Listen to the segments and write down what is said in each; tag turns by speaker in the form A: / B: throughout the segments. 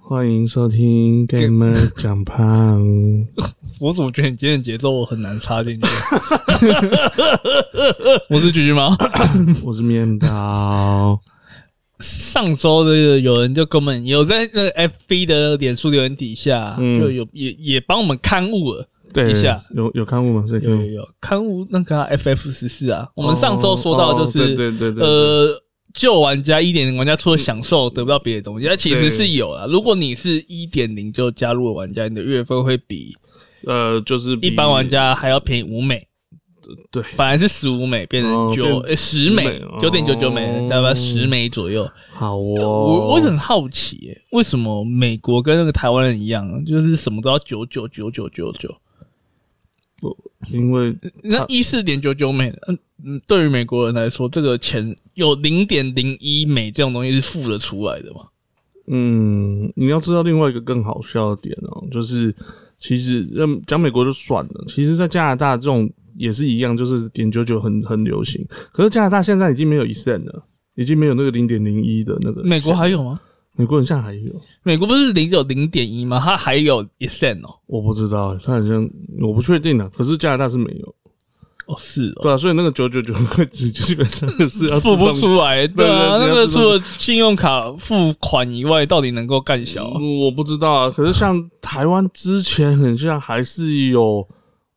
A: 欢迎收听 g a m e 讲胖，
B: 我怎么觉得你今天的节奏我很难插进去？ 我是橘橘猫。
A: 我是面包。
B: 上周的有人就跟我们有在那个 FB 的脸书留言底下，
A: 嗯
B: 就有也也帮我们刊物了，
A: 对，
B: 一下
A: 有有看过吗？这
B: 有有
A: 个
B: 有刊物那个啊 FF 十四啊，我们上周说到就
A: 哦哦
B: 是
A: 对对对对，
B: 呃。旧玩家一点零玩家除了享受得不到别的东西，那其实是有啊。如果你是一点零就加入了玩家，你的月费会比
A: 呃，就是比
B: 一般玩家还要便宜五美。
A: 对
B: 本来是十五美，变成
A: 哦
B: 九呃
A: 变
B: 十
A: 10
B: 美
A: 美，
B: 九点九九美
A: 哦，
B: 大概十美左右。
A: 好哦，
B: 我我很好奇耶、为什么美国跟那个台湾人一样，就是什么都要九九九九九九？
A: 因为
B: 那一四点九九美，嗯嗯，对于美国人来说，这个钱有零点零一美这种东西是付得出来的嘛？
A: 嗯，你要知道另外一个更好笑的点哦，就是其实嗯讲美国就算了，其实在加拿大这种也是一样，就是点九九很很流行，可是加拿大现在已经没有一 cent 了。已经没有那个零点零一的那个，
B: 美国还有吗？
A: 美国人现在还有，
B: 美国不是零有零点一吗？它还有一 cent 哦。
A: 我不知道，他好像我不确定啊。可是加拿大是没有，
B: 哦，是哦，
A: 对啊，所以那个九九九块纸基本上就是 要自
B: 付
A: 动
B: 不出来，对
A: 对对
B: 啊，那
A: 你要
B: 个
A: 自
B: 除
A: 动
B: 了信用卡付款以外，到底能够干小啊？
A: 嗯我不知道啊，可是像台湾之前很像还是有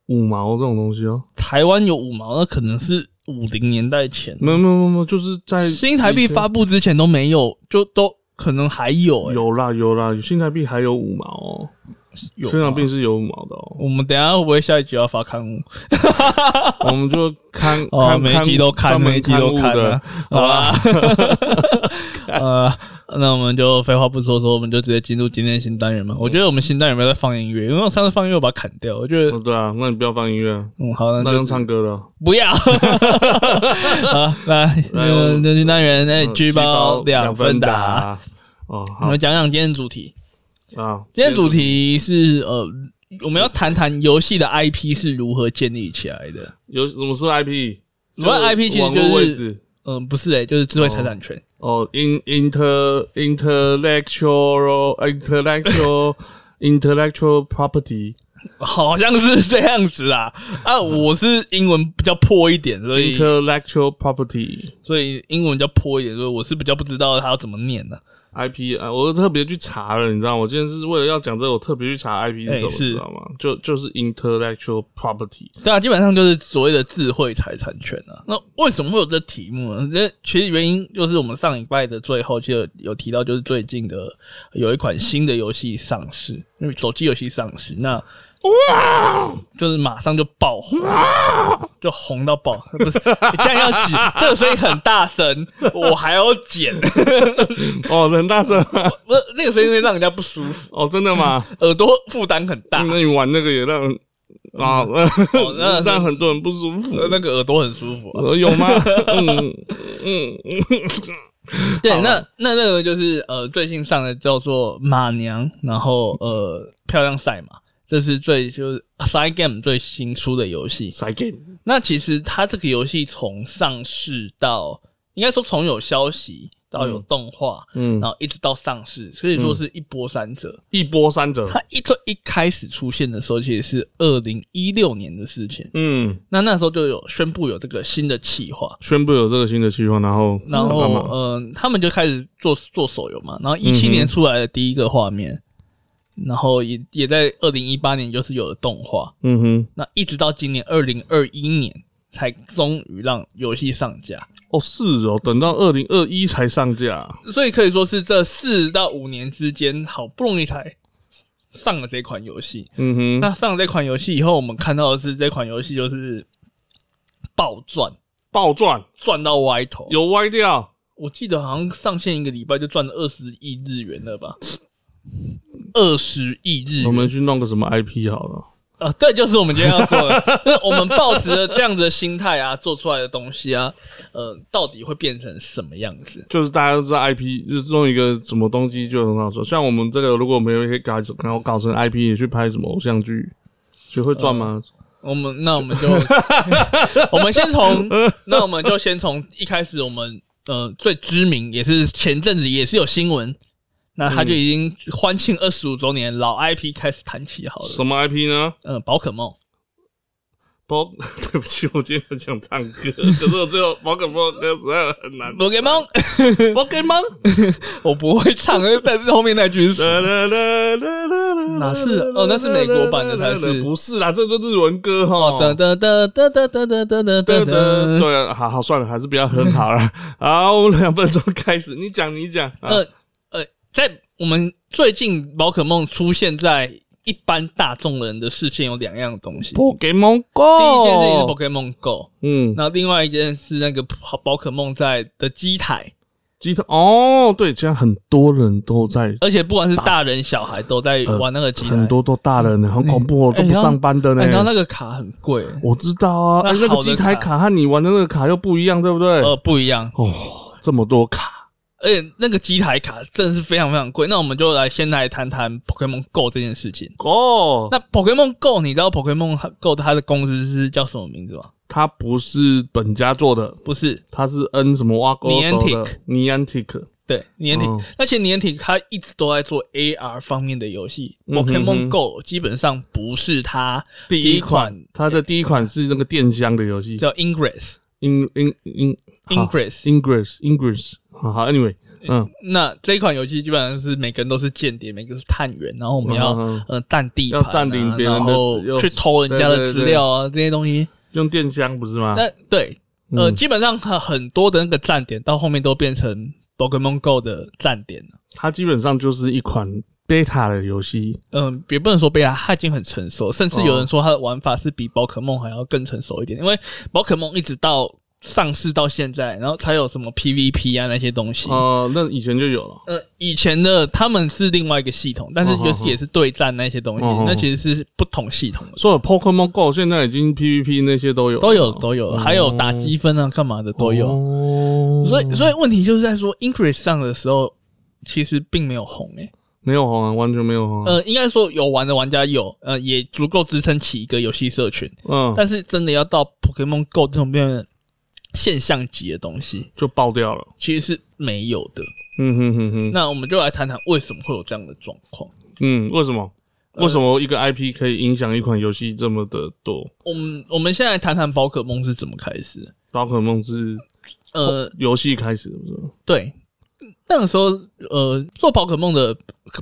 A: 五毛这种东西哦、
B: 台湾有五毛，那可能是五零年代前，
A: 没有没有没有没有，就是在
B: 新台币发布之前都没有，就都可能还有、欸，
A: 有啦有啦，新台币还有五毛哦、
B: 有
A: 新台币
B: 吗
A: 是有五毛的哦、
B: 我们等一下会不会下一集要发刊物？
A: 我们就看
B: 哦
A: 看
B: 每一集都看
A: 看，专门
B: 每一集都
A: 物
B: 看
A: 的
B: 啊，好吧， 呃，那我们就废话不多说，我们就直接进入今天的新单元嘛。我觉得我们新单元没有在放音乐，因为我上次放音乐我把它砍掉，我觉得
A: 哦对啊，那你不要放音乐啊，
B: 嗯好，
A: 那
B: 那
A: 用
B: 就
A: 唱歌的哦。
B: 不 要。好，来，
A: 来
B: 那
A: 我
B: 那新单元哎，
A: 嗯
B: 居包两分打，
A: 打。哦，
B: 我
A: 好
B: 们讲讲今天的主题。
A: 啊，
B: 今天主题是呃，我们要谈谈游戏的 IP 是如何建立起来的。
A: 有什么是 IP？
B: 什么是 IP 其实
A: 网
B: 就是
A: 络位置
B: 嗯，不是诶、就是智慧财产权。
A: 哦，in inter intellectual 哦 intellectual intellectual property
B: 好像是这样子啊啊！我是英文比较破一点，所以
A: intellectual property
B: 所以英文比较破一点，所以我是比较不知道它要怎么念的、
A: IP 啊，我特别去查了，你知道，我今天是为了要讲这个，我特别去查 IP 是
B: 哎
A: 什么，你
B: 是
A: 知道吗？就就是 intellectual property，
B: 对啊，基本上就是所谓的智慧财产权啊。那为什么会有这题目呢？那其实原因就是我们上礼拜的最后就有有提到，就是最近的有一款新的游戏上市，因为手机游戏上市，那就是马上就爆红，就红到爆。不是，你这样要剪，这个声音很大声，我还要剪，
A: 哦，很大声啊
B: 不是那个声音会让人家不舒服，
A: 哦，真的 吗？
B: 耳朵负担很大。哦
A: 那你玩那个也让啊，
B: 那是
A: 嗯让很多人不舒服，
B: 嗯呃那个耳朵很舒服、啊，
A: 呃有 吗？嗯嗯嗯，
B: 对，那那那个就是呃，最近上的叫做马娘，然后呃，漂亮赛嘛，这是最就是 Side Game 最新出的游戏。
A: 赛 game
B: 那其实它这个游戏从上市到，应该说从有消息到有动画，
A: 嗯
B: 然后一直到上市，所以说是一波三折。
A: 一波三折，
B: 它一最一开始出现的时候，其实是二零一六年的事情。
A: 嗯。
B: 那那时候就有宣布有这个新的企划，
A: 宣布有这个新的计划，然后
B: 然后
A: 干嘛
B: 嗯、他们就开始做做手游嘛。然后一七
A: 嗯
B: 年出来的第一个画面，然后也也在二零一八年就是有了动画，
A: 嗯哼，
B: 那一直到今年二零二一年才终于让游戏上架，
A: 哦是哦，等到二零二一才上架，
B: 所以可以说是这四到五年之间，好不容易才上了这款游戏。
A: 嗯哼，
B: 那上了这款游戏以后，我们看到的是这款游戏就是暴赚，
A: 暴赚，
B: 赚到歪头。
A: 有歪掉，
B: 我记得好像上线一个礼拜就赚了二十亿日元了吧？二十亿日
A: 我
B: 元
A: 们去弄个什么 IP 好了，
B: 啊，对，就是我们今天要说的， 那我们抱持着这样子的心态啊，做出来的东西啊，呃，到底会变成什么样子？
A: 就是大家都知道 IP，就是弄一个什么东西就很好说，像我们这个如果没有可以搞成搞搞成 IP，也去拍什么偶像剧，就会赚吗？
B: 我们那我们就， 我们先从，那我们就先从一开始，我们呃最知名也是前阵子也是有新闻，那
A: 嗯
B: 他就已经欢庆二十五周年，老 IP 开始谈起好了。
A: 什么 IP 呢？
B: 嗯，宝可梦，
A: 宝， 对不起，我今天很想唱歌，可是我最后宝可梦歌实在很难。
B: 宝可梦，
A: 宝可梦，
B: 我不会唱，但是后面那句是什么
A: 啦啦啦啦啦啦
B: 哪是哦那是美国版的才是
A: 不是啦，这都是日文歌哈。
B: 噔噔噔噔噔噔噔噔噔
A: 对
B: 噔
A: 对
B: 噔。
A: 对啊，好好算了，还是不要哼好 了。好，我们两分钟开始，你讲你讲。啊
B: 呃呃，在我们最近宝可梦出现在一般大众人的视线有两样东西，
A: Pokemon
B: 第一件事情是
A: Go，
B: Pokemon Go，
A: 嗯，
B: 然后另外一件是那个宝可梦在的机台，
A: 吉他哦，对，现在很多人都在，
B: 而且不管是大人小孩都在玩那个机台，
A: 很多都大人了，很恐怖，哦，
B: 哎
A: 都不
B: 然后
A: 上班的
B: 哎。
A: 呢。
B: 然后那个卡很贵，
A: 我知道啊，
B: 那
A: 哎，那个
B: 好的
A: 机台
B: 卡
A: 卡和你玩的那个卡又不一样，对不对？
B: 呃，不一样，
A: 哦，这么多卡，
B: 而且那个机台卡真的是非常非常贵。那我们就来先来谈谈 Pokemon Go 这件事情。
A: 哦，
B: 那 Pokemon Go，你知道 Pokemon Go 它的公司是叫什么名字吗？
A: 它不是本家做的，
B: 不是，
A: 它是 N 什么挖沟手的
B: Niantic
A: Niantic，
B: 对，年体
A: 嗯，
B: 而且年体它一直都在做 AR 方面的游戏。
A: 嗯哼
B: Pokemon
A: 哼
B: Go 基本上不是它
A: 第
B: 一
A: 一
B: 款
A: 款，它的第一款是那个电箱的游戏，
B: 叫 Ingress。
A: In In In
B: Ingress，
A: Ingress Ingress，好好，Anyway，嗯，
B: 那这一款游戏基本上是每个人都是间谍，每个是探员，然后我们要
A: 嗯嗯
B: 呃占地盘啊，
A: 要占领别人的
B: 然后
A: 要
B: 去偷人家的资料啊，这些东西。
A: 用电箱不是吗？
B: 那对，呃，
A: 啊嗯
B: 基本上很很多的那个站点到后面都变成 Pokemon Go 的站点了。
A: 它基本上就是一款 beta 的游戏，
B: 嗯，也不能说贝塔，它已经很成熟，甚至有人说它的玩法是比宝可梦还要更成熟一点，因为宝可梦一直到上市到现在，然后才有什么 PVP 啊那些东西。
A: 哦，那以前就有了，
B: 呃，以前的他们是另外一个系统，但是
A: 哦
B: 就是
A: 哦
B: 也是对战那些东西，
A: 哦哦哦
B: 那其实是不同系统的，
A: 所有 Pokemon Go 现在已经 PVP 那些都有了，
B: 都有都有，
A: 哦
B: 还有打积分啊干嘛的都有。
A: 有
B: 所以所以问题就是在说 Increase 上的时候，其实并没有红诶、
A: 没有红啊，完全没有红啊，
B: 呃，应该说有玩的玩家有，呃，也足够支撑起一个游戏社群。
A: 嗯，
B: 但是真的要到 Pokemon Go 这种变成现象级的东西，
A: 就爆掉了，
B: 其实是没有的。
A: 嗯哼哼哼，
B: 那我们就来谈谈为什么会有这样的状况。
A: 嗯，为什么？
B: 呃
A: 为什么一个 IP 可以影响一款游戏这么的多？
B: 我们我们现在来谈谈宝可梦是怎么开始的。
A: 宝可梦是
B: 呃，
A: 游戏开始，不是吗？
B: 对，那个时候呃，做宝可梦的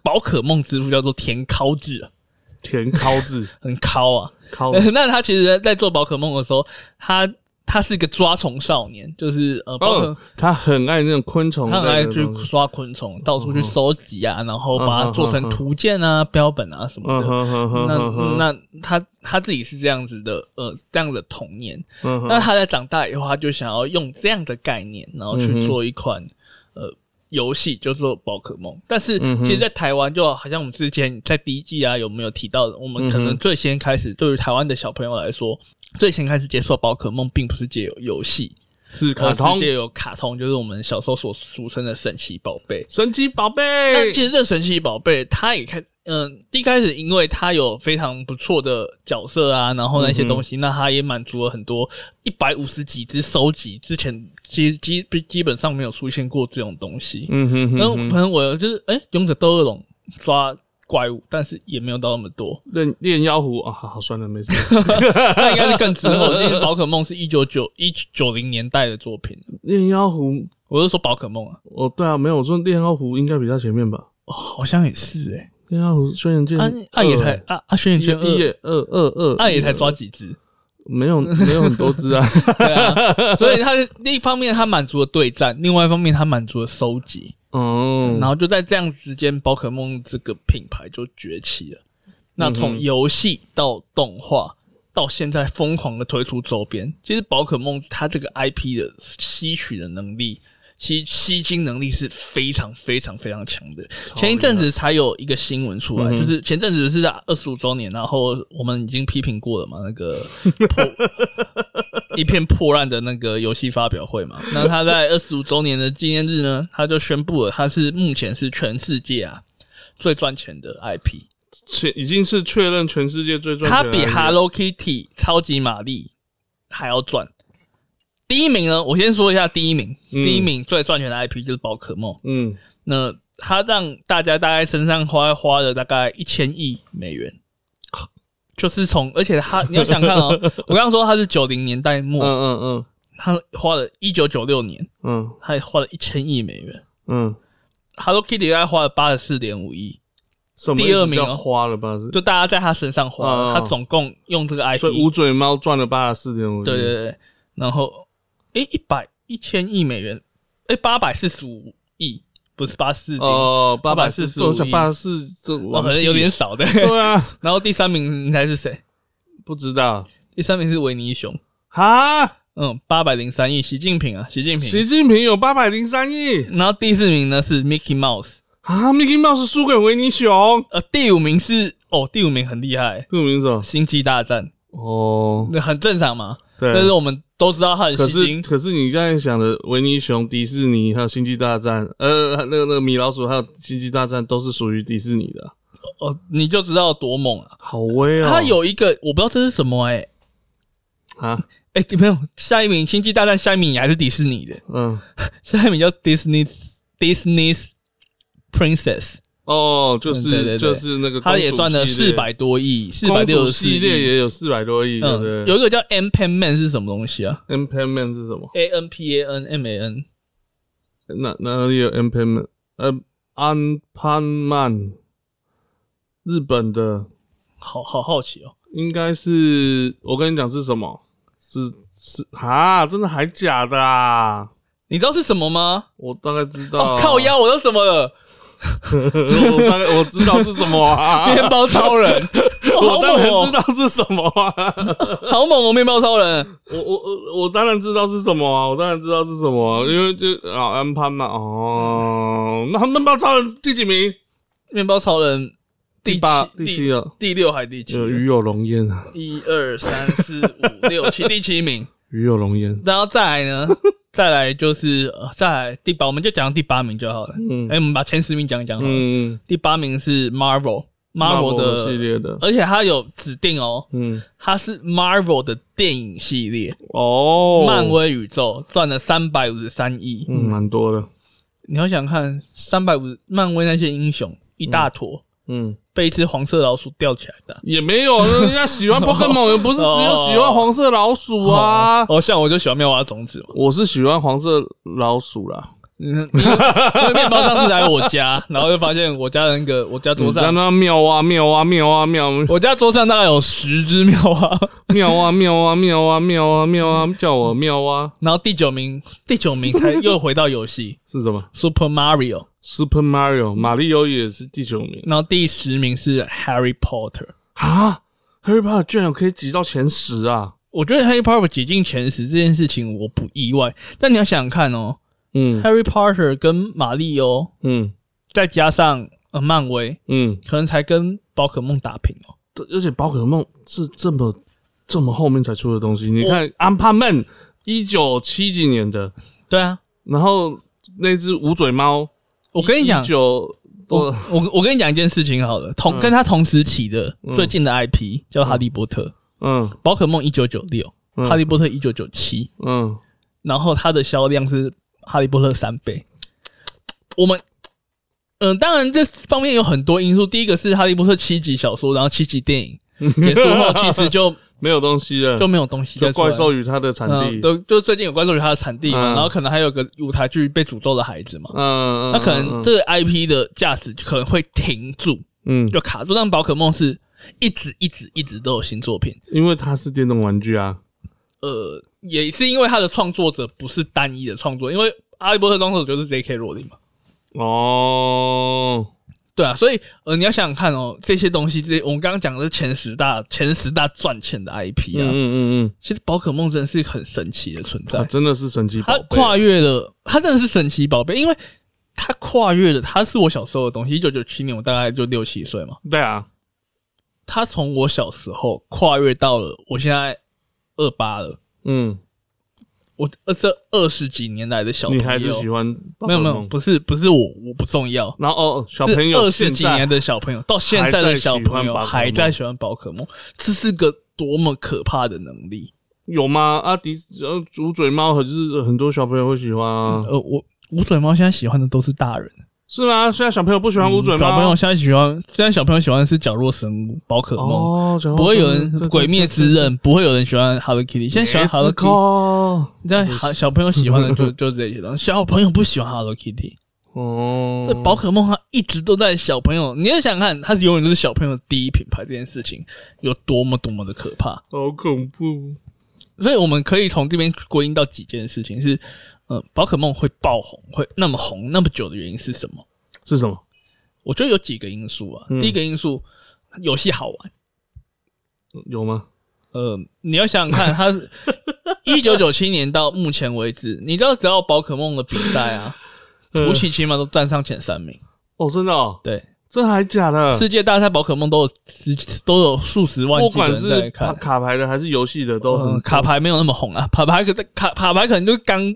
B: 宝可梦之父叫做田尻智啊，
A: 田尻智
B: 很尻啊。
A: 尻
B: 那他其实在做宝可梦的时候，他他是一个抓虫少年，就是呃，宝可、
A: 哦，他很爱那种昆虫类
B: 他
A: 的
B: 很爱
A: 东西，
B: 去刷昆虫，到
A: 嗯
B: 处去收集啊，然后把它做成图鉴啊、标本啊什么
A: 嗯
B: 的。
A: 哼哼哼哼哼，
B: 那那他他自己是这样子的，呃，这样的童年。
A: 嗯哼
B: 那他在长大以后，他就想要用这样的概念，
A: 嗯
B: 然后去做一款呃游戏，就做宝可梦。但是
A: 嗯哼
B: 其实，在台湾就好像我们之前在第一季啊有没有提到的，我们可能
A: 嗯哼
B: 最先开始对于台湾的小朋友来说，最先开始接受宝可梦，并不是借由游戏，
A: 是
B: 而
A: 卡
B: 是
A: 通
B: 借由卡通，就是我们小时候所俗称的神奇宝贝。
A: 神奇宝
B: 但
A: 贝
B: 其，实这神奇宝贝，它也开，嗯，一开始因为它有非常不错的角色啊，然后那些东西，那它也满足了很多一百五十几只收集之前，其实基基本上没有出现过这种东西。
A: 嗯哼哼
B: 然后
A: 哼，
B: 可能我就是，哎、勇者斗恶龙抓怪物，但是也没有到那么多。
A: 练练妖狐啊，好好算了，没事。
B: 那应该是更之后，因为宝可梦是一九九一九零年代的作品。
A: 练妖狐，
B: 我是说宝可梦啊，
A: 哦，对啊，没有，我说练妖狐应该比较前面吧？
B: 哦好像也是哎、
A: 练妖狐轩辕剑
B: 啊啊也才啊啊轩辕
A: 一
B: 剑
A: 一
B: 二，
A: 也二二二，
B: 啊也才抓几只。
A: 没有没有很多只 啊，
B: 对啊，所以他一方面他满足了对战，另外一方面他满足了收集，
A: 哦，
B: 然后就在这样之间，宝可梦这个品牌就崛起了。那从游戏到动画，到现在疯狂的推出周边，其实宝可梦它这个 IP 的吸取的能力。吸吸金能力是非常非常非常强的。前一阵子才有一个新闻出
A: 嗯
B: 来，就是前阵子是在二十五周年，然后我们已经批评过了嘛，那个 一片破烂的那个游戏发表会嘛。那他在二十五周年的纪念日呢，他就宣布了，他是目前是全世界啊最赚钱的 IP，
A: 确已经是确认全世界最赚
B: 它
A: 钱的啊
B: 比 Hello Kitty 超级玛丽还要赚。第一名呢，我先说一下第一名，
A: 嗯
B: 第一名最赚钱的 IP 就是宝可梦。
A: 嗯
B: 那他让大家大概身上花花了大概一千亿美元， 就是从而且他你要想看哦，我刚刚说他是九零年代
A: 嗯
B: 末，
A: 嗯嗯
B: 他花了一九九六年，
A: 嗯
B: 他也花了一千亿美元
A: 嗯，
B: ，Hello Kitty 大概花了八十四点五亿，
A: 什么
B: 第二名哦
A: 一直叫花了吧？是
B: 就大家在他身上花
A: 嗯
B: 了，
A: 嗯
B: 他总共用这个 IP，
A: 所以捂嘴猫赚了八十四点五，
B: 对对，对，然后诶一百一千亿美元，诶八百四十五亿，不是八四点，哦，
A: 哦，八百
B: 845
A: 我想八十四，这
B: 可能有点少的。
A: 对啊，
B: 然后第三名你猜是谁？
A: 不知道
B: 第三名是维尼熊，
A: 哈，
B: 嗯，八百零三亿，习近平啊，习近平。
A: 习近平有八百零三亿
B: 然后第四名呢是 Mickey Mouse，
A: 啊，Mickey Mouse 输给维尼熊，
B: 呃，第五名是哦，第五名很厉害，
A: 这个名字哦，
B: 《星际大战
A: 哦》
B: 那很正常嘛。
A: 对，
B: 但是我们都知道他很
A: 可
B: 吸
A: 是
B: 睛，
A: 可是你刚才想的维尼熊、迪士尼还有星际大战，呃，那个那个米老鼠还有星际大战都是属于迪士尼的，
B: 哦，你就知道多猛啊！
A: 好威哦！
B: 他有一个我不知道这是什么哎、欸。
A: 啊，
B: 哎、没有，下一名《星际大战》，下一名也还是迪士尼的，
A: 嗯，
B: 下一名叫 Disney Disney's Princess，
A: 哦，就是、
B: 嗯对对对
A: 就是那个公主
B: 他也赚了
A: 系列
B: 四百多亿，四百
A: 公
B: 六
A: 主
B: 十四
A: 系列
B: 亿。
A: 也有四百多亿，对不
B: 嗯，
A: 对？
B: 有一个叫 M Pan Man 是什么东西啊
A: M P Man 是什么？
B: ？A N P A N M A N
A: 哪哪里有 M P Man？呃，安潘曼，日本的，
B: 好好好奇哦。
A: 应该是我跟你讲是什么？是是啊，真的还假的啊？
B: 你知道是什么吗？
A: 我大概知道，
B: 哦，靠腰，我都什么了？
A: 我大概我知道是什么 啊，
B: 面包超人，哦 好
A: 我当
B: 猛
A: 然知
B: 哦，
A: 道是什么啊，
B: 好猛哦，面包超人。
A: 我我我我当然知道是什么啊，我当然知道是什么啊、因为就啊安潘嘛，哦，那那包超人第几名？
B: 面包超人第七
A: 八第七了，
B: 第六还第七？
A: 有鱼有龙烟，啊
B: 一二三四五六七，第七名。
A: 鱼有龙烟，
B: 然后再来呢？再来就是呃再来第八，我们就讲第八名就好了。
A: 嗯
B: 哎、我们把前十名讲一讲好了。
A: 嗯
B: 第八名是 Marvel Marvel 的
A: 系，列的，
B: 而且它有指定哦，
A: 嗯
B: 它是 Marvel 的电影系列，
A: 哦，
B: 漫，威宇宙赚了三百五十三亿。
A: 嗯，蛮多的，
B: 你要想看三百五，漫威那些英雄一大坨、
A: 嗯。
B: 被一只黄色老鼠吊起来的。
A: 也没 有，人家喜欢 Pokemon 也不是只有喜欢黄色老鼠啊。
B: 哦，像我就喜欢妙蛙种子嘛，
A: 我是喜欢黄色老鼠啦。
B: 嗯，因为 因为面包上次来我家，然后就发现我家那个我家桌
A: 你在
B: 上，
A: 那喵啊喵啊喵啊喵啊
B: 我家桌上大概有十只妙蛙，
A: 喵啊喵啊喵啊喵啊喵啊，叫我喵啊
B: 然后第九名，第九名才又回到游戏
A: 是什么
B: Super Mario，
A: ？Super Mario，马里奥也是第九名
B: 然后第十名是 Harry Potter。
A: 啊。Harry Potter 居然有可以挤到前十啊！
B: 我觉得 Harry Potter 挤进前十这件事情我不意外，但你要想想看哦、
A: 嗯
B: h a r r y Potter 跟马里奥，
A: 嗯
B: 再加上呃漫威，
A: 嗯，
B: 可能才跟宝可梦打平哦、
A: 这而且宝可梦是这么这么后面才出的东西。你
B: 我
A: 看安帕曼一九七几年的，
B: 对啊，
A: 然后那只捂嘴猫
B: 我跟你讲，
A: 九
B: 我
A: 多
B: 我我跟你讲一件事情好了，同
A: 嗯
B: 跟他同时期的
A: 嗯
B: 最近的 IP 叫哈利波特，
A: 嗯
B: 宝可梦一九九六，
A: 嗯
B: 哈利波特一九九七，
A: 嗯，
B: 然后它的销量是《哈利波特》三倍。我们，嗯、当然这方面有很多因素。第一个是《哈利波特》七集小说，然后七集电影结束 后，其实就
A: 没有东西了，
B: 就没有东西
A: 就
B: 再出来
A: 怪
B: 了。
A: 兽与它的产
B: 嗯，
A: 地，
B: 都就最近有怪兽与它的产地嘛，
A: 嗯
B: 然后可能还有个舞台剧《被诅咒的孩子》嘛，
A: 嗯，
B: 那可能
A: 这
B: 这个 IP 的价值就可能会停住，
A: 嗯，
B: 就卡住。但宝可梦是一直一直一直都有新作品，
A: 因为它是电动玩具啊，
B: 呃，也是因为它的创作者不是单一的创作，因为《哈利波特》创作者就是 J.K. 罗琳嘛。
A: 哦，
B: 对啊，所以呃，你要想想看哦，这些东西，这些我们刚刚讲的是前十大、前十大赚钱的 IP
A: 嗯
B: 啊。
A: 嗯嗯
B: 其实宝可梦真的是很神奇的存
A: 嗯，它
B: 在，
A: 真的是神奇
B: 它
A: 宝贝，
B: 跨越了，它真的是神奇宝贝，因为它跨越了，它是我小时候的东西。一九九七年，我大概就六七岁嘛，
A: 对啊，
B: 它从我小时候跨越到了我现在二八了，
A: 嗯，
B: 我呃这二十几年来的小朋
A: 你
B: 友，
A: 还是喜欢宝
B: 没有
A: 可
B: 没有，
A: 梦，
B: 不是不是我我不重要，
A: 然后哦，小
B: 是
A: 朋友
B: 二十
A: 现
B: 几年
A: 在
B: 的小朋友，到现在的小朋友还
A: 还
B: 在
A: 在
B: 喜欢宝可梦，这是个多么可怕的能力！
A: 有吗？阿迪呃，竹嘴猫可是很多小朋友会喜欢啊，
B: 嗯呃，我无嘴猫现在喜欢的都是大人，
A: 是吗？现在小朋友不喜欢乌嘴
B: 嗯小
A: 吗？
B: 朋友现在喜欢，现在小朋友喜欢的是角落生物、宝可梦，
A: 哦，
B: 不会有人
A: 对
B: 《鬼灭之刃》，不会有人喜欢 Hello Kitty。现在喜欢 Hello Kitty，
A: 哦
B: 你知道小小朋友喜欢的 就就这些东西，小朋友不喜欢 Hello Kitty。
A: 哦，
B: 所以宝可梦它一直都在小朋友，你要想想看，它是永远都是小朋友的第一品牌，这件事情有多么多么的可怕。
A: 好恐怖，
B: 所以我们可以从这边归因到几件事情是，呃，宝可梦会爆红，会那么红那么久的原因是什么？
A: 是什么？
B: 我觉得有几个因素啊。
A: 嗯
B: 第一个因素，游戏好玩。
A: 有吗？
B: 呃，你要想想 看，它一九九七年到目前为止，你知道只要宝可梦的比赛啊，
A: 嗯
B: 土起起码都站上前三名。
A: 哦，真的哦，
B: 对，
A: 这还假的？
B: 世界大赛宝可梦都有十都有数十万
A: 嗯不
B: 级的
A: 管
B: 人在
A: 是卡
B: 看。
A: 卡牌的还是游戏的都
B: 嗯
A: 很
B: 卡牌没有那么红啊，卡牌可卡卡牌可能就刚
A: 所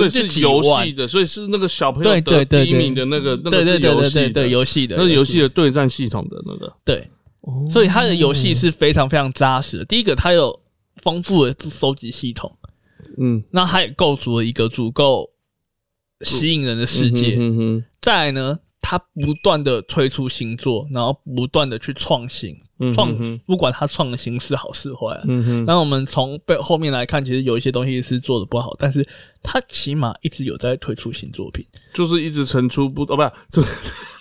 B: 隔
A: 以
B: 这
A: 是
B: 几
A: 游
B: 万
A: 戏，的，所以是那个小朋
B: 对
A: 友
B: 对
A: 得
B: 对
A: 第一
B: 对，
A: 名的那个，那个
B: 对对
A: 是
B: 对
A: 游
B: 对
A: 戏
B: 对对
A: 的，
B: 游戏的
A: 那是游戏的对战系统的那个。
B: 对，
A: 哦
B: 所以它的游戏是非常非常扎实的。第一个，它有丰富的收集系统，
A: 嗯，
B: 那它也构筑了一个足够吸引人的世界。
A: 嗯哼
B: 再来呢，它不断的推出新作，然后不断的去创新，
A: 嗯哼
B: 创、
A: 嗯
B: 不管它创的新是好是坏、啊。
A: 嗯哼，
B: 那我们从背后面来看，其实有一些东西是做的不好，但是它起码一直有在推出新作品。
A: 就是一直层出不哦，不是，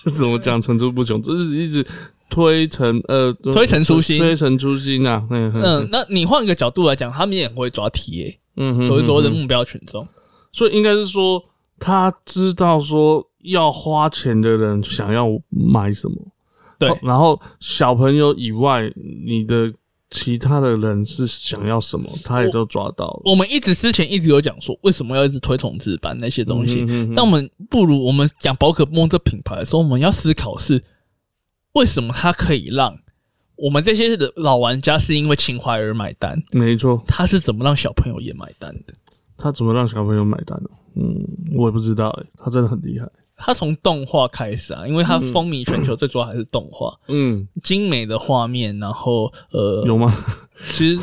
A: 这怎么讲层出不穷，就是一直推陈呃
B: 推陈出新
A: 推陈出新啊。嗯
B: 嗯
A: 嗯，
B: 那你换一个角度来讲，他们也很会抓 TA，
A: 嗯哼，
B: 所以所谓的
A: 嗯哼
B: 目标群众。
A: 所以应该是说他知道说要花钱的人想要买什么，
B: 对
A: 哦然后小朋友以外，你的其他的人是想要什么，他也都抓到了。
B: 我们一直之前一直有讲说，为什么要一直推崇日版那些东西
A: 嗯？哼哼
B: 但我们不如我们讲宝可梦这品牌的时候，我们要思考是为什么它可以让我们这些的老玩家是因为情怀而买单，
A: 没错，
B: 它是怎么让小朋友也买单的？
A: 他怎么让小朋友买单呢、嗯，我也不知道哎、他真的很厉害。
B: 它从动画开始啊，因为它风靡全球，最主要还是动画，
A: 嗯，
B: 精美的画面，然后 呃，
A: 有吗？
B: 其实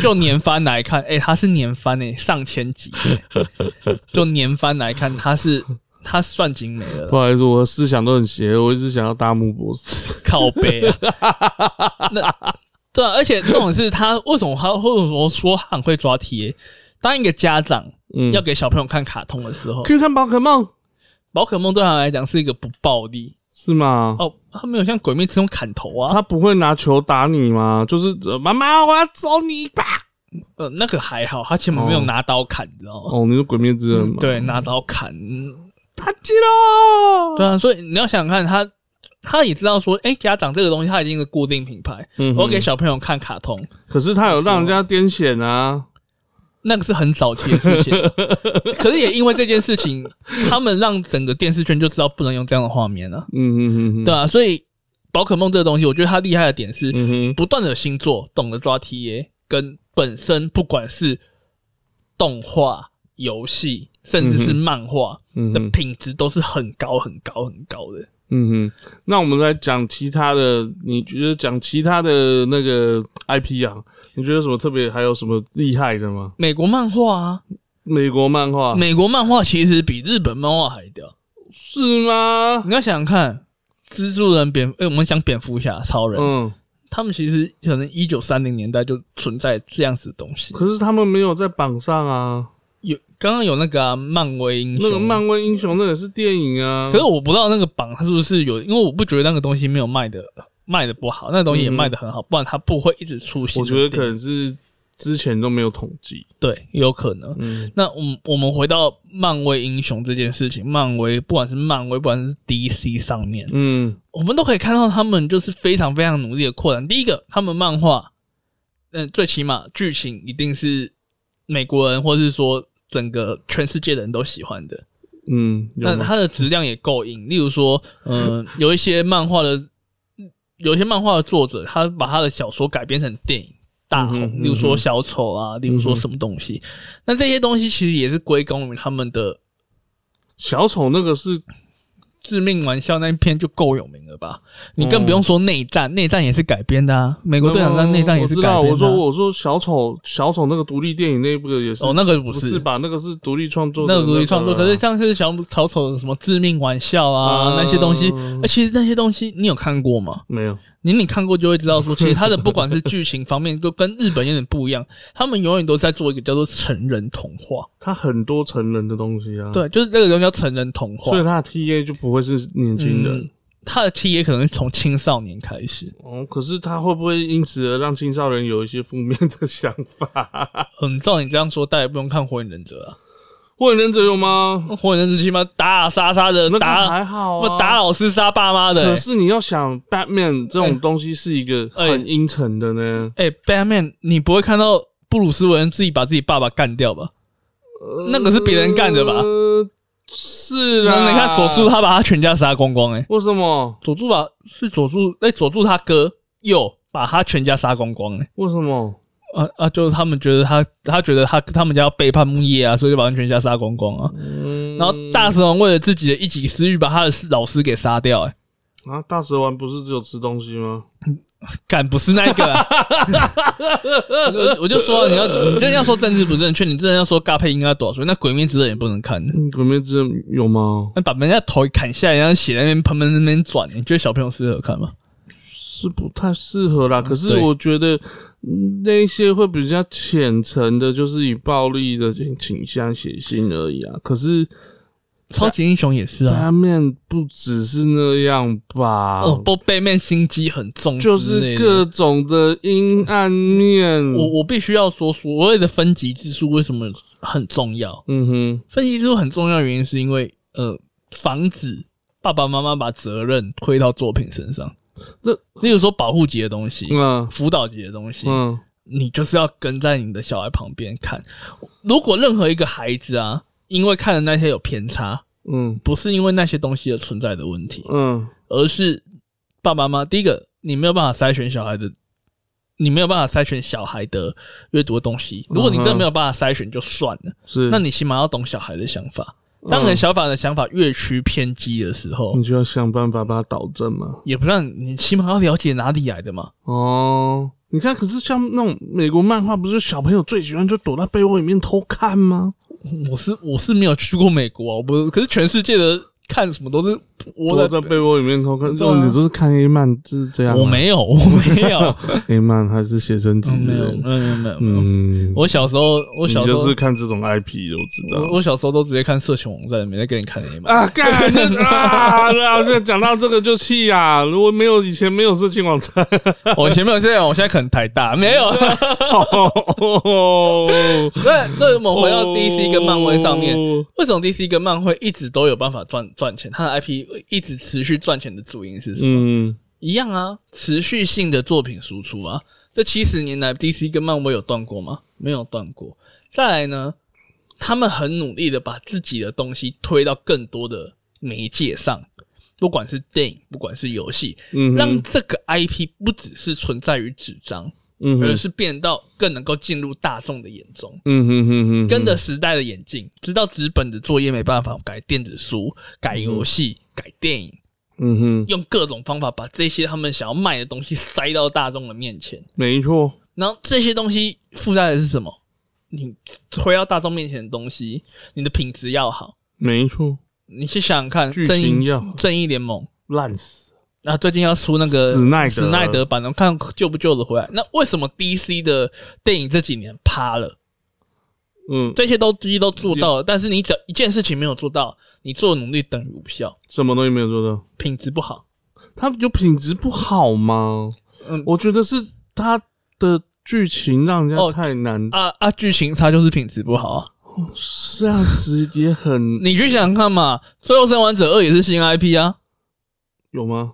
B: 就年番来看，哎、它是年番诶、上千集、欸就年番来看，它是它算精美的啦
A: 不好意思，我的思想都很邪恶，我一直想要大木博士。
B: 靠背啊。 那对啊，而且这种是他为什么他或者说说他很会抓贴？当一个家长
A: 嗯，
B: 要给小朋友看卡通的时候，
A: 去看宝可梦
B: 宝可梦对他来讲是一个不暴力
A: 是吗？
B: 哦，他没有像鬼灭之刃砍头啊，
A: 他不会拿球打你吗？就是呃妈妈，我要揍你吧。
B: 呃，那个还好，他起码没有拿刀砍，你知道吗？
A: 哦，你是鬼灭之刃吗？
B: 对，拿刀砍，嗯
A: 他记了。
B: 对啊，所以你要想想看他。他也知道说，哎、家长这个东西他已经是固定品牌，
A: 嗯哼
B: 我给小朋友看卡通，
A: 可是他有让人家癫痫啊。
B: 那个是很早期的 事情，可是也因为这件事情，他们让整个电视圈就知道不能用这样的画面了、
A: 嗯嗯嗯，
B: 对啊，所以宝可梦这个东西，我觉得它厉害的点是，
A: 嗯哼，
B: 不断的有新作，懂得抓 TA，跟本身不管是动画、游戏，甚至是漫画
A: 嗯
B: 的
A: 哼，
B: 品质都是很高、很高、很高的。
A: 嗯哼。那我们来讲其他的，你觉得讲其他的那个 IP 啊，你觉得什么特别，还有什么厉害的吗？
B: 美国漫画啊，
A: 美国漫画
B: 美国漫画其实比日本漫画还屌。
A: 是吗？
B: 你要想想看，蜘蛛人、蝙，哎、我们讲蝙蝠侠、超人，
A: 嗯，
B: 他们其实可能一九三零年代就存在这样子的东西。
A: 可是他们没有在榜上啊。
B: 有刚刚有那个、啊、漫威英雄，
A: 那个漫威英雄那个是电影啊，
B: 可是我不知道那个榜它是不是有，因为我不觉得那个东西没有卖的卖的不好，那个东西也
A: 嗯哼
B: 卖的很好，不然它不会一直出新
A: 我
B: 的
A: 觉
B: 电影。
A: 得可能是之前都没有统计。
B: 对，有可能。
A: 嗯
B: 那我们我们回到漫威英雄这件事情，漫威不管是漫威，不管是 DC 上面，
A: 嗯
B: 我们都可以看到他们就是非常非常努力的扩展。第一个，他们漫画，嗯、最起码剧情一定是美国人或是说整个全世界的人都喜欢的，
A: 嗯，有
B: 那
A: 吗
B: 它的质量也够硬。例如说， 嗯、有一些漫画的，有一些漫画的作者，他把他的小说改编成电影。大红
A: 嗯，哼
B: 例如
A: 嗯
B: 说
A: 哼嗯
B: 小丑啊，例如说什么东西，那这些东西其实也是归功于他们的
A: 小丑那个是
B: 致命玩笑那一篇就够有名了吧？你
A: 嗯
B: 更不用说内战，内战也是改编的啊。美国队长跟内战也是
A: 我知
B: 改编
A: 道，
B: 的啊、
A: 我说我说小丑小丑那个独立电影那部的也是
B: 哦，那个不
A: 不
B: 是
A: 是吧？那个是独立创作的
B: 那
A: 个，啊
B: 个独立创作，可是像是小草丑的什么致命玩笑啊、那些东西，
A: 嗯
B: 哎，其实那些东西你有看过吗？
A: 没有
B: 你你看过就会知道说， 其实它的不管是剧情方面，都跟日本有点不一样。他们永远都在做一个叫做成人童话，
A: 他很多成人的东西啊，，
B: 对，就是这个东西叫成人童话
A: 所以。他的 TA 就不会是年轻人。
B: 嗯他的 T 也可能是从青少年开始，
A: 哦，可是他会不会因此而让青少年有一些负面的想法？
B: 嗯，照你这样说，大家也不用看《火影忍者》啊，
A: 火影忍者有吗？
B: 《火影忍者》起码打打杀杀的
A: 那个
B: 打，
A: 还好
B: 不
A: 啊。
B: 打老师杀爸妈的、
A: 可
B: 欸。
A: 是你要想，Batman 这种东西是一个
B: 哎
A: 很阴沉的呢。
B: 哎、b a t m a n 你不会看到布鲁斯·韦恩自己把自己爸爸干掉吧？那个是别人干的吧
A: 呃是
B: 那
A: 啊，
B: 你看佐助，他把他全家杀光光、欸，
A: 为什么？
B: 佐助把是佐助，哎、佐助他哥又把他全家杀光光、欸，
A: 为什么？
B: 啊啊，就是他们觉得他，他觉得他他们家要背叛木叶啊，所以就把他们全家杀光光啊。
A: 嗯，
B: 然后大蛇丸为了自己的一己私欲，把他的老师给杀掉、欸，哎，
A: 啊，大蛇丸不是只有吃东西吗？
B: 敢不是那个、啊？我我就说你要你真的要说政治不正确，你真的要说尬配应该多少岁？那鬼面之刃也不能看的。
A: 嗯，鬼灭之刃有吗？
B: 那把人家头砍下来，然后血在那边喷喷那边转，你觉得小朋友适合看吗？
A: 是不太适合啦。可是
B: 嗯对
A: 我觉得嗯那一些会比较浅层的，就是以暴力的倾倾向写信而已啊。可是
B: 超级英雄也是啊，
A: Batman 不只是那样吧？
B: 哦，不，背面心机很重之
A: 就
B: 类
A: 是
B: 的，
A: 各种的阴暗面。
B: 我我必须要说，所谓的分级制度为什么很重要？
A: 嗯哼，
B: 分级制度很重要的原因是因为呃，防止爸爸妈妈把责任推到作品身上。
A: 这
B: 例如说保护级的东西、
A: 嗯
B: 辅导级的东西，
A: 嗯，
B: 你就是要跟在你的小孩旁边看。如果任何一个孩子啊，因为看了那些有偏差，
A: 嗯
B: 不是因为那些东西的存在的问题，
A: 嗯
B: 而是爸爸妈妈第一个你没有办法筛选小孩的，你没有办法筛选小孩的阅读的东西。
A: 嗯
B: 如果你真的没有办法筛选就算了，
A: 是。
B: 那你起码要懂小孩的想法。
A: 嗯
B: 当你的小法的想法越趋偏激的时候，
A: 你就要想办法把它导正嘛。
B: 也不让你起码要了解哪里来的嘛。
A: 哦，你看，可是像那种美国漫画，不是小朋友最喜欢就躲在被窝里面偷看吗？
B: 我是我是没有去过美国、啊，我不是，可是全世界的看什么都是
A: 躲
B: 我
A: 在被窝里面偷看，这
B: 对啊
A: 种你就是看 A 漫是这样啊。
B: 我没有， 我没有，
A: A 漫还是写真集
B: 嗯
A: 之
B: 没有，
A: 类的。
B: 没有，没有，没有。
A: 嗯，
B: 我小时候，我
A: 你
B: 小时候
A: 就是看这种 IP 的，我知
B: 我
A: 道。
B: 我小时候都直接看色情网站，没在跟你看 A 漫。
A: 啊，干啊！对啊，这讲到这个就气啊！如果没有以前没有色情哦网 站，
B: 我前面有这样，我现在可能台大没 有。
A: 哦，
B: 那那我们回到 DC 跟漫威上面，
A: 哦
B: 为什么 DC 跟漫威一直都有办法赚赚钱？它的 IP 一直持续赚钱的主因是什么？
A: 嗯，
B: 一样啊，持续性的作品输出啊。这七十年来，DC 跟漫威有断过吗？没有断过。再来呢，他们很努力的把自己的东西推到更多的媒介上，不管是电影，不管是游戏，
A: 嗯哼
B: 让这个 IP 不只是存在于纸张，
A: 嗯
B: 而
A: 哼，
B: 是变到更能够进入大众的眼中。
A: 嗯哼哼哼，
B: 跟着时代的演进，直到纸本的作业没办法改电子书、改游戏、改电影，
A: 嗯哼，
B: 用各种方法把这些他们想要卖的东西塞到大众的面前。
A: 没错，
B: 然后这些东西附带的是什么？你推到大众面前的东西，你的品质要好。
A: 没错，
B: 你去想想看，
A: 剧
B: 正
A: 情
B: 义
A: 要
B: 正义联盟
A: 烂死，
B: 啊，最近要出那个
A: 史奈德
B: 史奈德版的，看救不救得回来。那为什么 DC 的电影这几年趴了？
A: 嗯，
B: 这些都第一都做到了，但是你只要一件事情没有做到，你做的努力等于无效，
A: 什么东西没有做到？
B: 品质不好。
A: 它有品质不好吗？
B: 嗯
A: 我觉得是它的剧情让人
B: 哦
A: 家太难，
B: 啊啊，剧情它就是品质不好啊！
A: 这样子也很
B: 你去想想看嘛，《最后生还者二》也是新 IP 啊，
A: 有吗？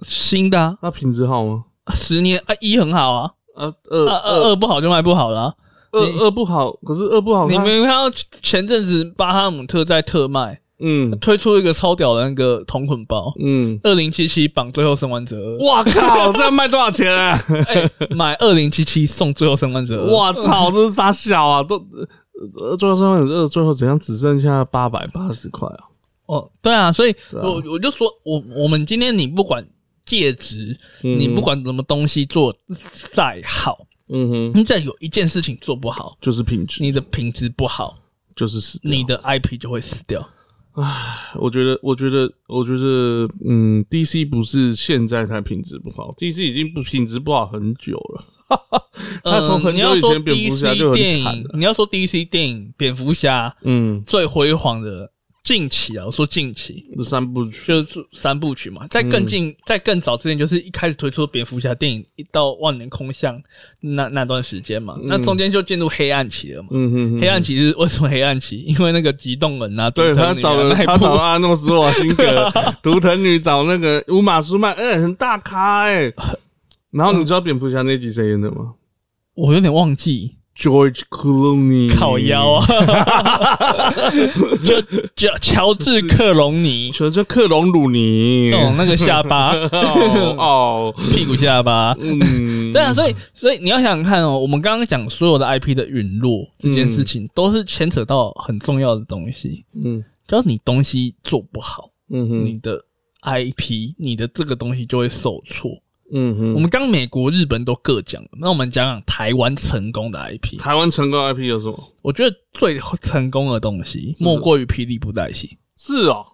B: 新的啊，
A: 它品质好吗？
B: 十年啊一很好啊，
A: 呃呃
B: 二二
A: 呃
B: 二不好就卖不好了、
A: 呃
B: 你
A: 呃不好，可是呃不好
B: 你
A: 它，
B: 没看到前阵子巴哈姆特在特卖
A: 嗯
B: 推出一个超屌的那个同捆包，
A: 嗯，
B: 二零七七绑最后生还者二，
A: 哇靠，这样卖多少钱 啊？
B: 哎、买二零七七送最后生还者二，
A: 我操，这是啥小啊？都呃，最后生还者二最后怎样只剩下八百八十块啊？
B: 哦，对啊，所以
A: 对啊
B: 我我就说，我我们今天你不管介质，
A: 嗯
B: 你不管什么东西做再好，
A: 嗯哼，
B: 你只要有一件事情做不好，
A: 就是品质，
B: 你的品质不好，
A: 就是死掉
B: 你的 IP 就会死掉。
A: 我觉得，我觉得，我觉得，嗯，DC 不是现在才品质不好，DC 已经不品质不好很久了。 他从
B: 嗯
A: 很
B: 你要
A: 久以
B: 说
A: 前蝙蝠侠就
B: DC
A: 很
B: 电
A: 惨
B: 影
A: 了，。
B: 你要说 DC 电影蝙蝠侠
A: 嗯，
B: 最辉煌的近期啊，我说近期
A: 这三部曲，
B: 就是三部曲嘛，在更近、
A: 嗯
B: 在更早之前，就是一开始推出蝙蝠侠电影一到万年空巷那那段时间嘛，那中间就进入黑暗期了嘛。
A: 嗯哼哼，
B: 黑暗骑士为什么黑暗骑？因为那个极冻人啊，
A: 对
B: 独藤
A: 他
B: 女啊
A: 找了
B: 那一
A: 他
B: 部
A: 找了阿诺斯瓦辛 格，图腾女找那个乌玛舒曼，哎、很大咖哎、然后
B: 嗯
A: 你知道蝙蝠侠那集谁演的吗
B: 我有点忘记
A: ？George Clooney，
B: 烤 腰啊， 就就乔治克隆尼，
A: 求着克隆鲁尼，
B: 哦， 那个下巴，
A: 哦，哦
B: 屁股下巴。
A: 嗯，
B: 对啊，所以所以你要想想看哦，我们刚刚讲所有的 IP 的陨落这件事情，都是牵扯到很重要的东西，
A: 嗯
B: 只要你东西做不好，
A: 嗯哼，
B: 你的 IP，你的这个东西就会受挫。
A: 嗯哼
B: 我。们刚美国、日本都各讲了，那我们讲讲台湾成功的 IP。
A: 台湾成功 IP 有什么？
B: 我觉得最成功的东西，莫过于霹雳布袋戏。
A: 是哦，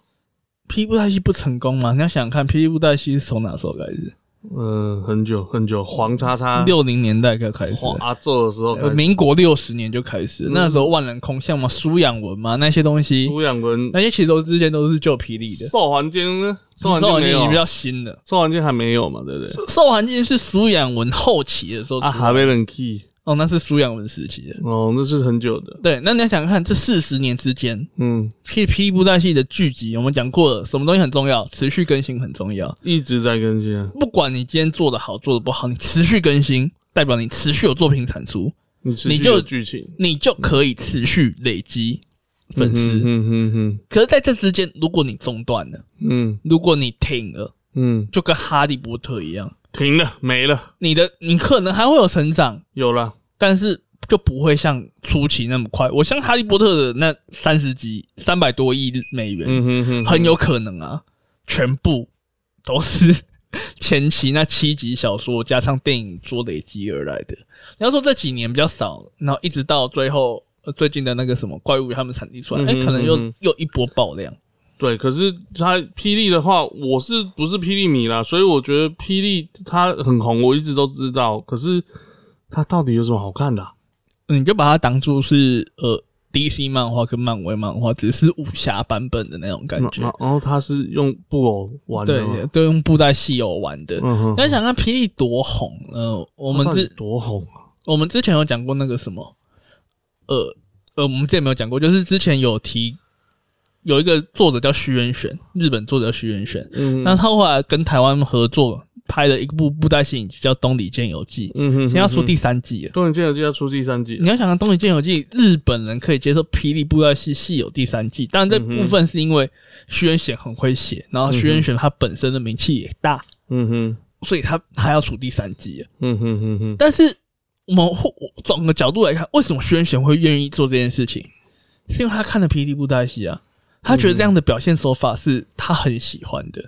B: 霹雳布袋戏不成功吗？你要想想看，霹雳布袋戏是从哪时候开始？
A: 嗯、很久很久，黄叉叉
B: 六零年代就开始，
A: 黄阿宙的时候开
B: 呃
A: 始，
B: 民国六十年就开始。那时候万人空巷嘛，苏养文嘛，那些东西，
A: 嗯苏养文、
B: 那些其实都之前都是旧霹雳的。
A: 寿环间呢？寿环间
B: 寿环
A: 没
B: 境
A: 有
B: 已
A: 啊
B: 经比，较新的，
A: 寿环间还没有嘛，对不对？
B: 寿环境是苏养文后期的时候出
A: 啊，
B: 来
A: 哈维冷 key
B: 哦，那是苏养文时期的。
A: 哦，那是很久的，
B: 对，那你要想想看，这四十年之间，
A: 嗯，
B: P P 布袋戏的剧集，我们讲过了，什么东西很重要，持续更新很重要。
A: 一直在更新啊。
B: 不管你今天做的好做的不好，你持续更新，代表你持续有作品产出，
A: 你持续
B: 你就
A: 有剧情
B: 你就可以持续累积粉丝。
A: 嗯嗯
B: 可是在这之间，如果你中断了，
A: 嗯
B: 如果你停了，
A: 嗯嗯，
B: 就跟哈利波特一样，
A: 停了，没了，
B: 你的你可能还会有成长，
A: 有了，
B: 但是就不会像初期那么快。我像哈利波特的那三十集，三百多亿美元，
A: 嗯哼哼，
B: 很有可能啊，全部都是前期那七集小说加上电影做累积而来的。你要说这几年比较少，然后一直到最后、呃最近的那个什么怪物与他们产地出来，
A: 嗯
B: 哎、
A: 哼
B: 可能又
A: 嗯哼
B: 又一波爆量。
A: 对，可是他霹雳的话，我是不是霹雳迷啦？所以我觉得霹雳它很红，我一直都知道。可是它到底有什么好看的啊、
B: 嗯你就把它当做是呃 DC 漫画跟漫威漫画，只是武侠版本的那种感
A: 那
B: 觉。
A: 那然后它是用布偶玩的吗
B: 对，都用布袋戏偶玩的。
A: 嗯哦哼，
B: 你要想看霹雳多红，呃，我
A: 我
B: 们之
A: 多红啊！
B: 我们之前有讲过那个什么，呃呃，我们之前没有讲过，就是之前有提有一个作者叫徐元玄，日本作者叫徐元玄，
A: 嗯
B: 那他后来跟台湾合作拍了一部布袋戏影集叫《东里剑游记》，
A: 嗯哼，
B: 现在要出第三季了。
A: 《东野剑游记》要出第三季
B: 你，要想看《东里剑游记》，日本人可以接受霹雳布袋戏戏有第三季，当然这部分是因为徐元玄很会写，然后徐元玄他本身的名气也大，
A: 嗯哼，
B: 所以他他要出第三季了。
A: 嗯哼哼哼，
B: 但是我们或我转个角度来看，为什么轩轩会愿意做这件事情？是因为他看了《霹雳布袋戏》啊，他觉得这样的表现手法是他很喜欢的。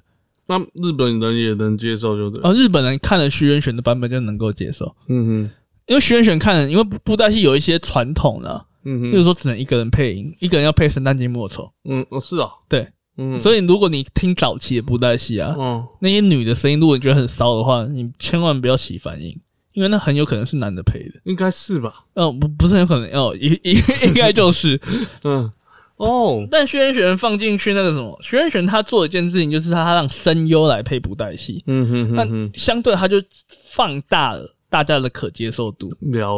A: 那日本人也能接受，就对了，
B: 而日本人看了徐元玄的版本就能够接受，
A: 嗯哼，
B: 因为徐元玄看了，因为布布袋戏有一些传统啦、
A: 嗯
B: 比
A: 哼，
B: 如说只能一个人配音，一个人要配《神探金莫愁
A: 嗯，哦是啊，》。
B: 对，
A: 嗯，以，
B: 所以如果你听早期的布袋戏啊，
A: 嗯
B: 那些女的声音，如果你觉得很骚的话，你千万不要起反应，因为那很有可能是男的配的。
A: 应该是吧，
B: 哦，不不是很有可能哦， 应应应该就是。
A: 嗯，哦，
B: 但薛仁玄放进去那个什么，薛仁玄他做的一件事情就是他让声优来配布袋戏，
A: 嗯哼
B: 那
A: 哼哼，
B: 相对他就放大了大家的可接受度。
A: 了